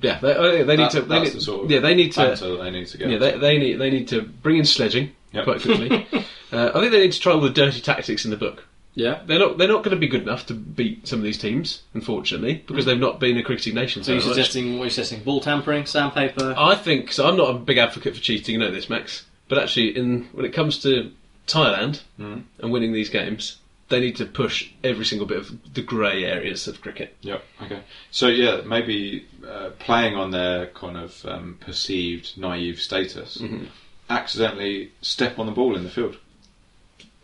Speaker 6: Yeah, they, they need
Speaker 7: That-
Speaker 6: to. They
Speaker 7: that's
Speaker 6: need,
Speaker 7: the sort of
Speaker 6: yeah, they need to.
Speaker 7: banter that they need to get.
Speaker 6: Yeah, they, they need they need to bring in sledging
Speaker 7: Yep.
Speaker 6: quite quickly. uh, I think they need to try all the dirty tactics in the book.
Speaker 5: Yeah.
Speaker 6: They're not they're not going to be good enough to beat some of these teams, unfortunately, because
Speaker 7: Hmm.
Speaker 6: they've not been a cricketing nation.
Speaker 5: So you're
Speaker 6: so much.
Speaker 5: suggesting what you're suggesting? Ball tampering, sandpaper.
Speaker 6: I think so. I'm not a big advocate for cheating. You know this, Max. But actually, in when it comes to Thailand
Speaker 5: Hmm.
Speaker 6: and winning these games, they need to push every single bit of the grey areas of cricket.
Speaker 7: Yeah. Okay. So yeah, maybe uh, playing on their kind of um, perceived naive status,
Speaker 6: Mm-hmm.
Speaker 7: accidentally step on the ball in the field,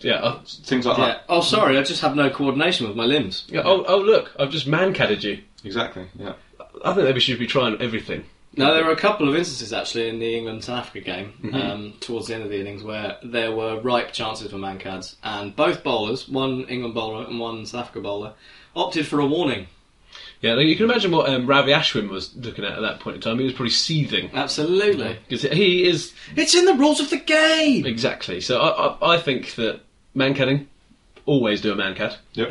Speaker 6: Yeah. I,
Speaker 7: things like
Speaker 5: yeah.
Speaker 7: that.
Speaker 5: Oh, sorry, I just have no coordination with my limbs.
Speaker 6: yeah, Oh, oh, look! I've just man-catted you.
Speaker 7: Exactly. Yeah.
Speaker 6: I think they should be trying everything.
Speaker 5: Now there were a couple of instances actually in the England South Africa game
Speaker 7: Mm-hmm.
Speaker 5: um, towards the end of the innings where there were ripe chances for mancads, and both bowlers, one England bowler and one South Africa bowler, opted for a warning.
Speaker 6: Yeah, like, you can imagine what um, Ravi Ashwin was looking at at that point in time. He was probably seething
Speaker 5: Absolutely,
Speaker 6: because he is
Speaker 5: it's in the rules of the game.
Speaker 6: exactly. So I, I, I think that mancatting always do a mancat.
Speaker 7: Mm-hmm. Yep.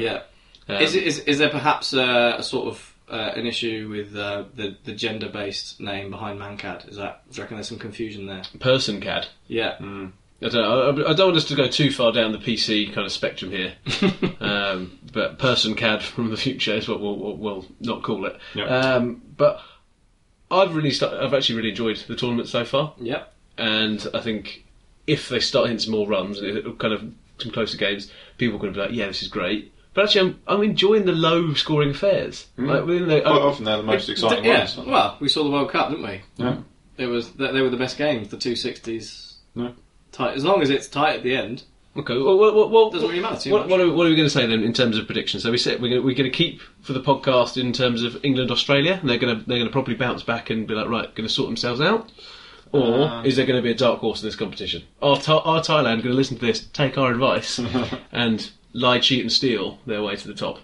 Speaker 5: Yeah.
Speaker 6: Um,
Speaker 5: is, is is there perhaps uh, a sort of uh, an issue with uh, the the gender based name behind mancad? Is that do you reckon there's some confusion there?
Speaker 6: person cad?
Speaker 5: Yeah.
Speaker 7: Mm,
Speaker 6: I don't, know, I, I don't want us to go too far down the PC kind of spectrum here, um, but person CAD from the future is what we'll, we'll, we'll not call it.
Speaker 7: Yeah.
Speaker 6: Um, but I've really, start, I've actually really enjoyed the tournament so far,
Speaker 5: Yep.
Speaker 6: and I think if they start hitting some more runs and it- kind of some closer games, people are going to be like, "Yeah, this is great." But actually, I'm, I'm enjoying the low scoring affairs. Like within the,
Speaker 7: Quite often they're the most exciting
Speaker 5: yeah.
Speaker 7: ones. aren't they?
Speaker 5: Well, we saw the World Cup, didn't we?
Speaker 7: Yeah.
Speaker 5: It was they they were the best games. The two sixties.
Speaker 7: No.
Speaker 5: Tight. As long as it's tight at the end.
Speaker 6: Okay. Well, well, well, well
Speaker 5: Doesn't really matter too
Speaker 6: what,
Speaker 5: much.
Speaker 6: What are, what are we going to say then in terms of predictions? So we said we're going, to, we're going to keep for the podcast in terms of England Australia, and they're going to they're going to probably bounce back and be like right, going to sort themselves out. Or
Speaker 5: Um,
Speaker 6: is there going to be a dark horse in this competition? Are, Tha- are Thailand going to listen to this, take our advice, and lie, cheat, and steal their way to the top?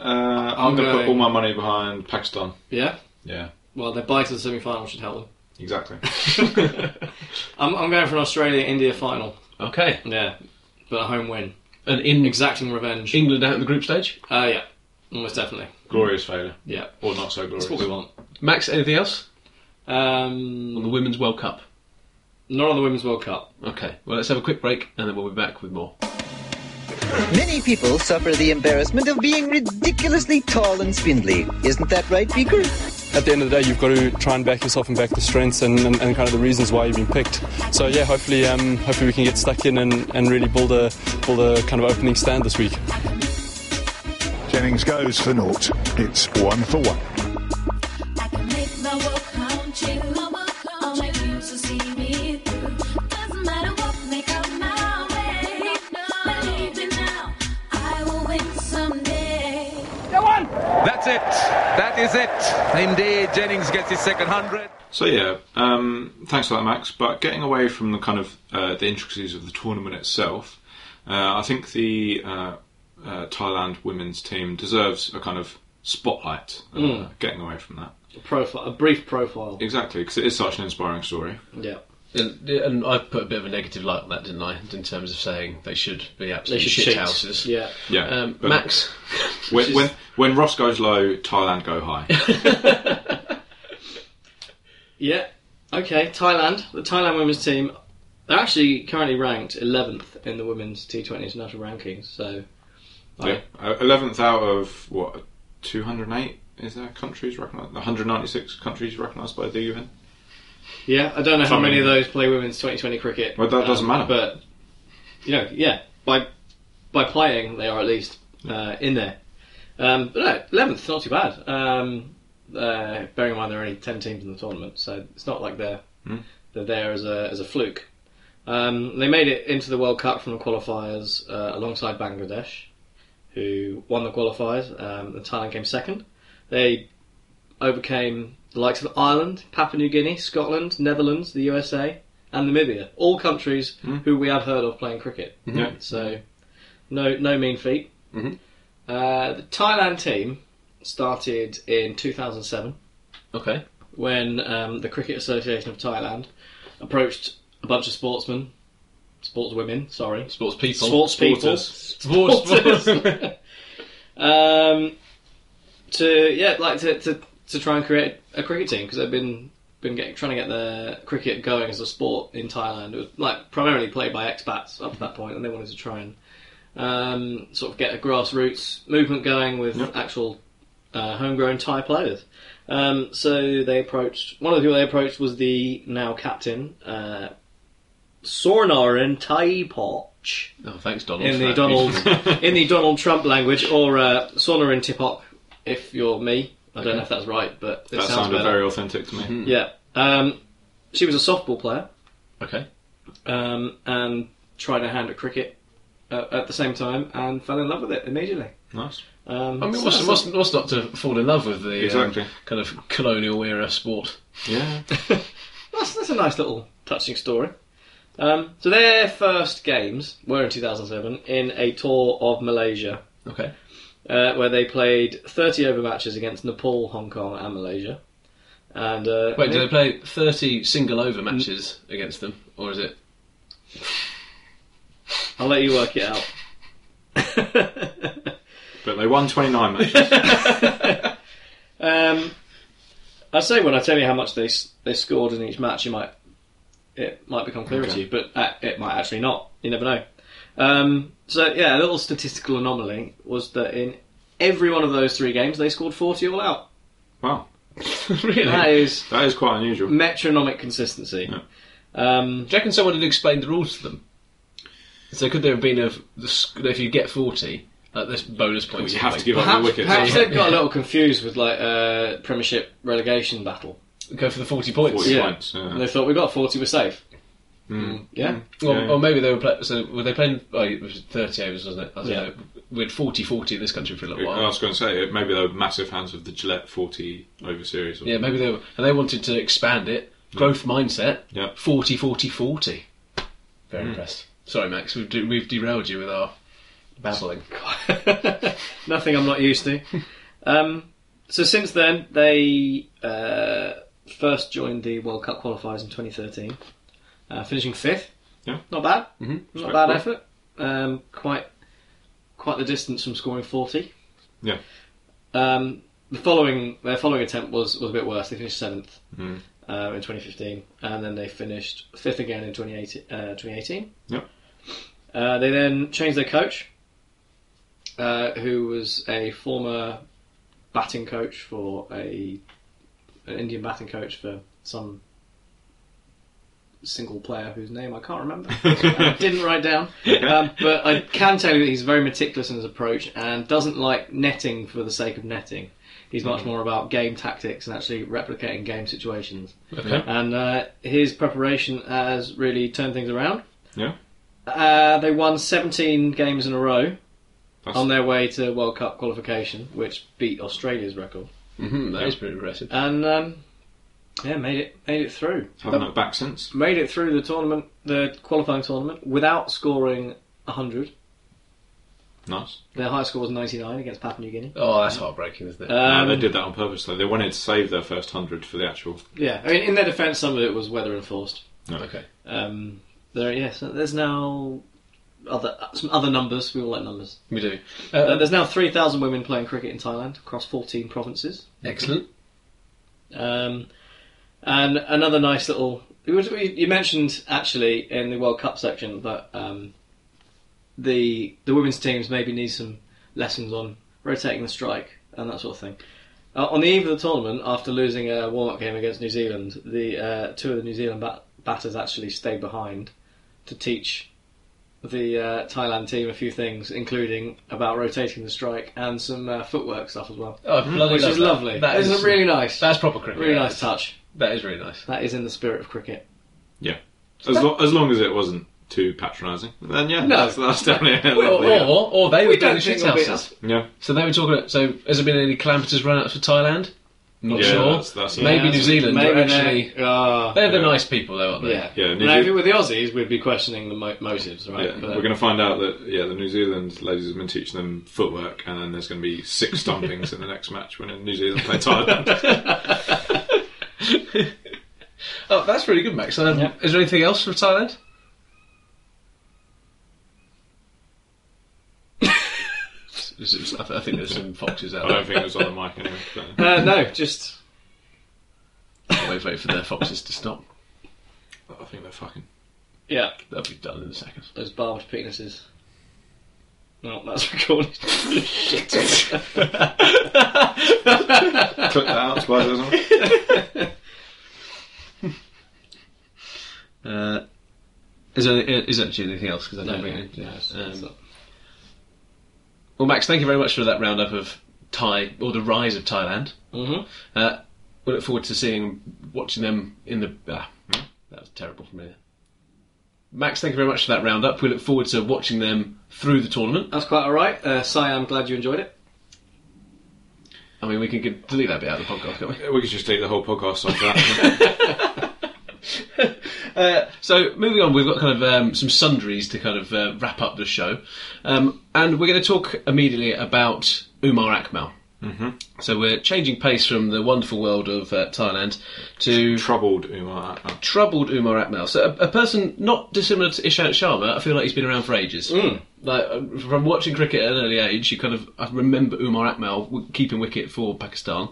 Speaker 7: Uh, I'm, going to put
Speaker 5: going-
Speaker 7: all my money behind Pakistan.
Speaker 5: Yeah.
Speaker 7: Yeah.
Speaker 5: Well, their bye to the semi final should help them.
Speaker 7: Exactly.
Speaker 5: I'm, I'm going for an Australia India final.
Speaker 6: Okay,
Speaker 5: Yeah. But a home win.
Speaker 6: and in
Speaker 5: Exacting revenge.
Speaker 6: England out in the group stage.
Speaker 5: Uh, yeah. Almost definitely.
Speaker 7: glorious failure,
Speaker 5: Yeah.
Speaker 7: or not so glorious.
Speaker 5: That's what we want.
Speaker 6: Max, anything else on the
Speaker 5: Um,
Speaker 6: Women's World Cup?
Speaker 5: not on the Women's World Cup.
Speaker 6: Okay, well let's have a quick break, and then we'll be back with more.
Speaker 10: Many people suffer the embarrassment of being ridiculously tall and spindly. Isn't that right, Beaker?
Speaker 11: At the end of the day, you've got to try and back yourself and back the strengths and, and, and kind of the reasons why you've been picked. So yeah, hopefully, um, hopefully we can get stuck in and, and really build a build a kind of opening stand this week.
Speaker 3: Jennings goes for naught. It's one for one.
Speaker 8: That's it. That is it. Indeed, Jennings gets his second hundred.
Speaker 7: So yeah, um, thanks for that, Max. But getting away from the kind of uh, the intricacies of the tournament itself, uh, I think the uh, uh, Thailand women's team deserves a kind of spotlight. Uh,
Speaker 6: Hmm.
Speaker 7: Getting away from that,
Speaker 5: A profile. A brief profile.
Speaker 7: exactly, because it is such an inspiring story.
Speaker 5: Yeah.
Speaker 6: And, and I put a bit of a negative light on that, didn't I? In terms of saying they should be
Speaker 5: They
Speaker 6: absolute
Speaker 5: should
Speaker 6: shit
Speaker 5: cheat.
Speaker 6: houses.
Speaker 5: Yeah.
Speaker 7: Yeah,
Speaker 6: Um,
Speaker 7: but
Speaker 6: Max,
Speaker 7: When, when when Ross goes low, Thailand go high.
Speaker 5: Yeah. Okay. Thailand. The Thailand women's team. They're actually currently ranked 11th in the women's T20 international rankings. So.
Speaker 6: Oh,
Speaker 7: yeah, Uh, eleventh out of what two hundred eight is there countries recognised? One hundred ninety six countries recognised by the UN.
Speaker 5: Yeah, I don't know how
Speaker 7: Something.
Speaker 5: many of those play women's 2020 cricket.
Speaker 7: Well, that
Speaker 5: um,
Speaker 7: doesn't matter.
Speaker 5: But you know, yeah, by by playing, they are at least uh, in there. Um, but no, 11th, not too bad. Um, uh, bearing in mind there are only 10 teams in the tournament, so it's not like they're they're there as a as a fluke. Um, they made it into the World Cup from the qualifiers uh, alongside Bangladesh, who won the qualifiers. Um, and Thailand came second. They overcame the likes of Ireland, Papua New Guinea, Scotland, Netherlands, the USA, and Namibia. All countries who we had heard of playing cricket.
Speaker 7: Mhm. Yeah.
Speaker 5: So, no, no mean feat.
Speaker 7: Mhm.
Speaker 5: Uh, the Thailand team started in 2007.
Speaker 6: Okay.
Speaker 5: When um, the Cricket Association of Thailand approached a bunch of sportsmen, sportswomen, sorry,
Speaker 6: sports people,
Speaker 5: sports people,
Speaker 6: Sporters. Sports-
Speaker 5: Sporters. um, to yeah, like to, to, to try and create a cricket team because they've been been getting, trying to get the cricket going as a sport in Thailand. It was like primarily played by expats up to that point, and they wanted to try and um, sort of get a grassroots movement going with actual uh, homegrown Thai players. Um, so they approached one of the people they approached was the now captain uh, Sornarin Taipoch.
Speaker 6: Oh, thanks, Donald.
Speaker 5: In
Speaker 6: for
Speaker 5: the
Speaker 6: that.
Speaker 5: Donald, in the Donald Trump language, or uh, Sornarin Tipop, if you're me. I don't
Speaker 7: Okay.
Speaker 5: know if that's right, but it
Speaker 7: That
Speaker 5: sounds
Speaker 7: sounded
Speaker 5: better.
Speaker 7: very authentic to me.
Speaker 6: Mm-hmm.
Speaker 7: Mhm.
Speaker 5: Yeah, um, she was a softball player
Speaker 6: Okay.
Speaker 5: um, and tried her hand at cricket uh, at the same time and fell in love with it immediately.
Speaker 7: Nice.
Speaker 5: Um,
Speaker 6: I mean,
Speaker 5: so
Speaker 6: what's,
Speaker 5: that's-
Speaker 6: what's, what's not to fall in love with the um,
Speaker 7: Exactly.
Speaker 6: kind of colonial era sport?
Speaker 7: Yeah.
Speaker 5: That's, that's a nice little touching story. Um, so their first games were in 2007 in a tour of Malaysia.
Speaker 6: Okay.
Speaker 5: Uh, where they played 30 over matches against Nepal, Hong Kong, and Malaysia. And uh,
Speaker 6: Wait, do they play 30 single over matches against them? Or is it.
Speaker 5: I'll let you work it out.
Speaker 7: But they won 29 matches.
Speaker 5: Um, I say when I tell you how much they s- they scored in each match, you might it might become clearer to
Speaker 7: Okay.
Speaker 5: you, but uh, it might actually not. You never know. Um, so yeah, a little statistical anomaly was that in every one of those three games, they scored forty all out.
Speaker 7: wow.
Speaker 6: really?
Speaker 5: That is
Speaker 7: That is quite unusual.
Speaker 5: metronomic consistency. Um,
Speaker 6: Do you reckon someone had explained the rules to them? So could there have been of the sc- if you get forty, like this bonus points?
Speaker 7: you have to
Speaker 6: like-
Speaker 7: give up
Speaker 5: perhaps
Speaker 7: the wickets.
Speaker 5: perhaps
Speaker 7: yeah.
Speaker 5: they've got a little confused with like uh, Premiership relegation battle.
Speaker 6: Go for the forty points.
Speaker 7: 40 points.
Speaker 5: And
Speaker 7: Yeah.
Speaker 5: they thought we got forty, we're safe.
Speaker 7: Mm.
Speaker 5: Yeah.
Speaker 6: Or,
Speaker 7: Yeah, yeah.
Speaker 6: or maybe they were play- so were they playing? Oh, it was thirty overs, wasn't it? I don't
Speaker 5: Yeah.
Speaker 6: know. We had 40-40 in this country for a little
Speaker 7: I
Speaker 6: while.
Speaker 7: was going to say, maybe they were massive fans of the Gillette 40 over series. Or
Speaker 6: Yeah, maybe they were, and they wanted to expand it. Growth mindset.
Speaker 7: Yeah. Hmm.
Speaker 6: 40 40 40. Very impressed. Sorry, Max, we've de- we've derailed you with our babbling.
Speaker 5: Nothing I'm not used to. Um, so since then, they uh, first joined the World Cup qualifiers in 2013, uh, finishing fifth.
Speaker 7: Yeah.
Speaker 5: Not bad.
Speaker 7: Mhm.
Speaker 5: Not a bad
Speaker 7: Respectable.
Speaker 5: effort. Um, quite, quite the distance from scoring 40.
Speaker 7: Yeah.
Speaker 5: Um, the following their following attempt was, was a bit worse. They finished seventh
Speaker 7: Mhm.
Speaker 5: uh, in 2015, and then they finished fifth again in 2018. Uh, 2018.
Speaker 7: Yep.
Speaker 5: Uh, they then changed their coach, uh, who was a former batting coach for a an Indian batting coach for some single player whose name I can't remember. I didn't write down, um, but I can tell you that he's very meticulous in his approach and doesn't like netting for the sake of netting. He's much more about game tactics and actually replicating game situations.
Speaker 6: Okay.
Speaker 5: And uh, his preparation has really turned things around.
Speaker 7: Yeah.
Speaker 5: Uh, they won 17 games in a row
Speaker 7: That's-
Speaker 5: on their way to World Cup qualification, which beat Australia's record,
Speaker 6: Mhm, that is pretty impressive.
Speaker 5: and um, yeah, made it made it through.
Speaker 7: Haven't looked back since.
Speaker 5: Made it through the tournament, the qualifying tournament, without scoring 100.
Speaker 7: Nice.
Speaker 5: Their high score was 99 against Papua New Guinea.
Speaker 6: Oh, that's heartbreaking, isn't it?
Speaker 7: no, Uh,
Speaker 5: Um,
Speaker 7: they did that on purpose, though. They wanted to save their first 100 for the actual.
Speaker 5: yeah, I mean, in their defence, some of it was weather enforced.
Speaker 7: No.
Speaker 6: okay.
Speaker 5: Um, there, yes, there's now other some other numbers. We all like numbers.
Speaker 6: We do.
Speaker 5: Uh,
Speaker 6: Uh,
Speaker 5: there's now 3,000 women playing cricket in Thailand across 14 provinces.
Speaker 6: excellent.
Speaker 5: Um, and another nice little. it was- we- You mentioned actually in the World Cup section that um, the the women's teams maybe need some lessons on rotating the strike and that sort of thing. Uh, on the eve of the tournament, after losing a warm up game against New Zealand, the uh, two of the New Zealand bat- batters actually stayed behind to teach the uh, Thailand team a few things, including about rotating the strike and some uh, footwork stuff as well.
Speaker 6: Oh, I bloody
Speaker 5: Hmm. Which
Speaker 6: love
Speaker 5: is
Speaker 6: that.
Speaker 5: lovely.
Speaker 6: That
Speaker 5: This
Speaker 6: is
Speaker 5: is really nice.
Speaker 6: That's proper cricket.
Speaker 5: Really
Speaker 6: that
Speaker 5: nice
Speaker 6: is.
Speaker 5: touch.
Speaker 6: That is really nice.
Speaker 5: That is in the spirit of cricket.
Speaker 7: Yeah. As, lo- as long as it wasn't too patronising, then yeah,
Speaker 6: No.
Speaker 7: that's, that's down here.
Speaker 6: Well, or, or they
Speaker 7: We
Speaker 6: were
Speaker 7: don't
Speaker 6: doing
Speaker 7: think
Speaker 6: shit
Speaker 7: it'll be
Speaker 6: houses.
Speaker 7: us. Yeah.
Speaker 6: So they were talking. About, so has there been any calamitous run-ups for Thailand? Not
Speaker 7: Yeah,
Speaker 6: sure.
Speaker 7: that's- that's-
Speaker 6: maybe
Speaker 7: yeah.
Speaker 6: New Zealand.
Speaker 7: Maybe
Speaker 6: are actually,
Speaker 5: they- uh,
Speaker 6: they're the
Speaker 5: yeah.
Speaker 6: nice people, though, aren't they?
Speaker 5: Yeah. now, if it were the Aussies, we'd be questioning the mo- motives, right?
Speaker 7: Yeah, we're going to find out that yeah, the New Zealand ladies have been teaching them footwork, and then there's going to be six stompings in the next match when New Zealand play Thailand.
Speaker 6: Oh, that's really good, Max. Um, Is there anything else for Thailand? Is it- I th- I think there's some foxes out
Speaker 7: I
Speaker 6: there.
Speaker 7: don't think it was on the mic anyway. but-
Speaker 5: Uh, no, just
Speaker 6: Wait, wait for their foxes to stop.
Speaker 7: I think they're fucking.
Speaker 5: yeah,
Speaker 6: they'll be done in a second.
Speaker 5: Those barbed penises. No, that's recorded. Shit.
Speaker 7: Clip that out, splice it on.
Speaker 6: Uh, is there uh, is there actually anything else? Because I don't
Speaker 5: No,
Speaker 6: think
Speaker 5: no,
Speaker 6: anything
Speaker 5: no,
Speaker 6: else.
Speaker 5: it's- it's
Speaker 6: Um, well, Max, thank you very much for that roundup of Thai or the rise of Thailand.
Speaker 5: Mhm.
Speaker 6: Uh, we look forward to seeing watching them in the. Ah, that was terrible from here. Max, thank you very much for that roundup. We look forward to watching them through the tournament.
Speaker 5: That's quite all right. Uh, Sai, I'm glad you enjoyed it.
Speaker 6: I mean, we can get, delete that bit out of the podcast, can't we?
Speaker 7: We could just take the whole podcast off that.
Speaker 6: Uh, so moving on, we've got kind of um, some sundries to kind of uh, wrap up the show, um, and we're going to talk immediately about Umar Akmal.
Speaker 7: Mhm.
Speaker 6: So we're changing pace from the wonderful world of uh, Thailand to
Speaker 7: troubled Umar Akmal.
Speaker 6: Troubled Umar Akmal. So a, a person not dissimilar to Ishant Sharma. I feel like he's been around for ages. Like uh, from watching cricket at an early age, you kind of I remember Umar Akmal w- keeping wicket for Pakistan,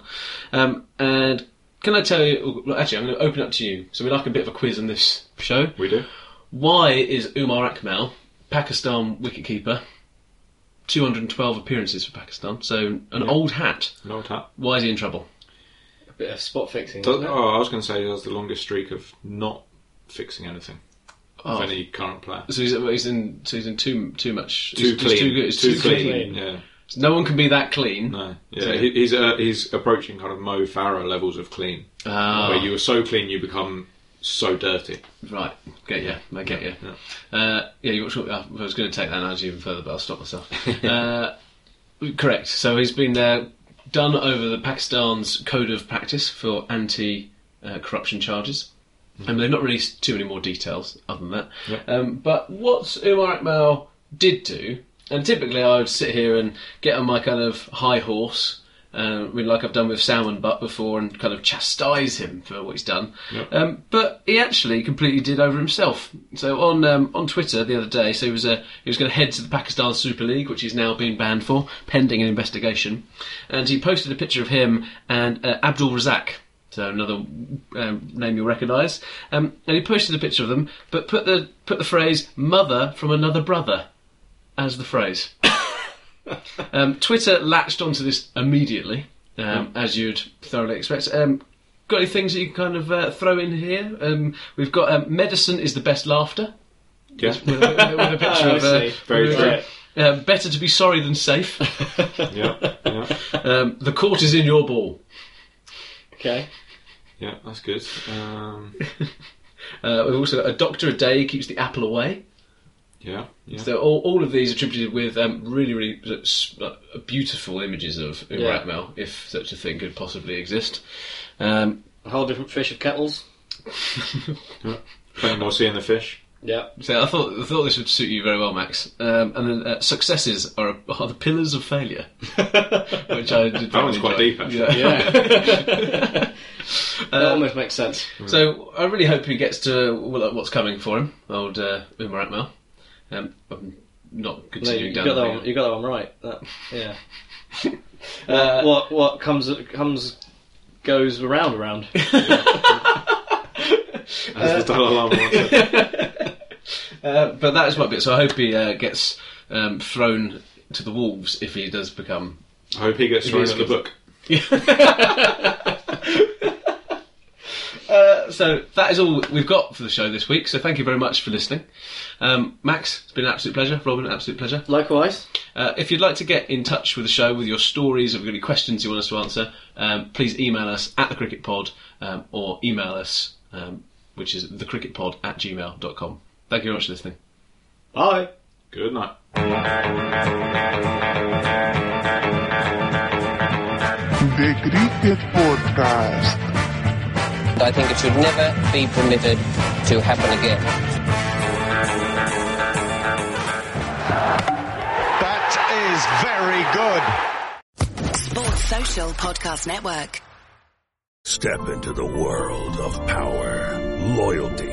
Speaker 6: um, and. Can I tell you? well, Actually, I'm going to open up to you. So we like a bit of a quiz on this show.
Speaker 7: We do.
Speaker 6: Why is Umar Akmal, Pakistan wicketkeeper, 212 appearances for Pakistan, so an old hat?
Speaker 7: An old hat.
Speaker 6: Why is he in trouble?
Speaker 5: A bit of spot fixing.
Speaker 7: Does-
Speaker 5: wasn't it?
Speaker 7: oh, I was going to say that's the longest streak of not fixing anything
Speaker 6: Oh.
Speaker 7: of any current player.
Speaker 6: So he's, he's in so he's in too too much.
Speaker 7: Too
Speaker 6: he's,
Speaker 7: clean.
Speaker 6: He's too good. He's too, clean.
Speaker 7: Yeah.
Speaker 6: So no one can be that clean.
Speaker 7: No. Yeah,
Speaker 6: So-
Speaker 7: he- he's uh, he's approaching kind of Mo Farah levels of clean,
Speaker 6: Ah.
Speaker 7: where you were so clean you become so dirty.
Speaker 6: Right. Get you. I get you.
Speaker 7: Yeah.
Speaker 6: Uh, yeah, you got, I was going to take that analogy even further, but I'll stop myself. uh, correct. So he's been uh, done over the Pakistan's code of practice for anti-corruption charges. And they've not released too many more details other than that.
Speaker 7: Yeah.
Speaker 6: Um, but what Umar Akmal did do, and typically I would sit here and get on my kind of high horse, uh, really like I've done with Salmon Butt before, and kind of chastise him for what he's done.
Speaker 7: Yeah.
Speaker 6: Um, but he actually completely did over himself. So on um, on Twitter the other day, so he was uh, he was going to head to the Pakistan Super League, which he's now been banned for, pending an investigation. And he posted a picture of him and uh, Abdul Razak, so another um, name you'll recognise. Um, and he posted a picture of them, but put the put the phrase "mother from another brother" as the phrase. um, Twitter latched onto this immediately, um, as you'd thoroughly expect. Um, got any things that you can kind of uh, throw in here? Um, we've got um, medicine is the best laughter.
Speaker 7: Yeah.
Speaker 6: With, a- with a picture
Speaker 5: I
Speaker 6: of uh,
Speaker 5: see.
Speaker 7: Very
Speaker 6: with a- Uh, better to be sorry than safe.
Speaker 7: yeah. Yeah.
Speaker 6: Um, the court is in your ball.
Speaker 5: Okay.
Speaker 7: Yeah. That's good. Um,
Speaker 6: Uh, we've also got a doctor a day keeps the apple away.
Speaker 7: yeah. Yeah.
Speaker 6: So all, all of these attributed with um, really, really s- uh, beautiful images of Umar
Speaker 5: Yeah.
Speaker 6: Akmal, if such a thing could possibly exist. Um,
Speaker 5: A whole different fish of kettles.
Speaker 7: Playing Aussie and the fish.
Speaker 5: Yeah.
Speaker 6: so I thought I thought this would suit you very well, Max. Um, and then uh, successes are, are the pillars of failure, which I did.
Speaker 7: That one's
Speaker 6: really
Speaker 7: quite
Speaker 6: enjoy.
Speaker 7: deep, actually.
Speaker 6: Yeah.
Speaker 5: that almost makes sense.
Speaker 6: So I really hope he gets to well, what's coming for him, old uh, Umar Akmal. Um, I'm not
Speaker 5: No, you,
Speaker 6: continuing
Speaker 5: you
Speaker 6: down.
Speaker 5: got that
Speaker 6: the
Speaker 5: one, you got that one right. That, yeah.
Speaker 6: Uh,
Speaker 5: what what comes comes goes around around.
Speaker 7: As the Dalai Lama once said.
Speaker 6: Uh, but that is my bit. So I hope he uh, gets um, thrown to the wolves if he does become.
Speaker 7: I hope he gets
Speaker 6: It
Speaker 7: thrown
Speaker 6: is
Speaker 7: at the
Speaker 6: good.
Speaker 7: book.
Speaker 6: Uh, so that is all we've got for the show this week. So thank you very much for listening, um, Max. It's been an absolute pleasure. Robin, an absolute pleasure.
Speaker 5: Likewise,
Speaker 6: Uh, if you'd like to get in touch with the show with your stories, if you've got any questions you want us to answer, um, please email us at the Cricket Pod um, or email us um, which is thecricketpod at gmail.com. Thank you very much for listening.
Speaker 12: Bye.
Speaker 7: Good night.
Speaker 13: The Cricket Podcast.
Speaker 1: I think it should never be permitted to happen again.
Speaker 14: That is very good.
Speaker 15: Sports Social Podcast Network.
Speaker 8: Step into the world of power, loyalty,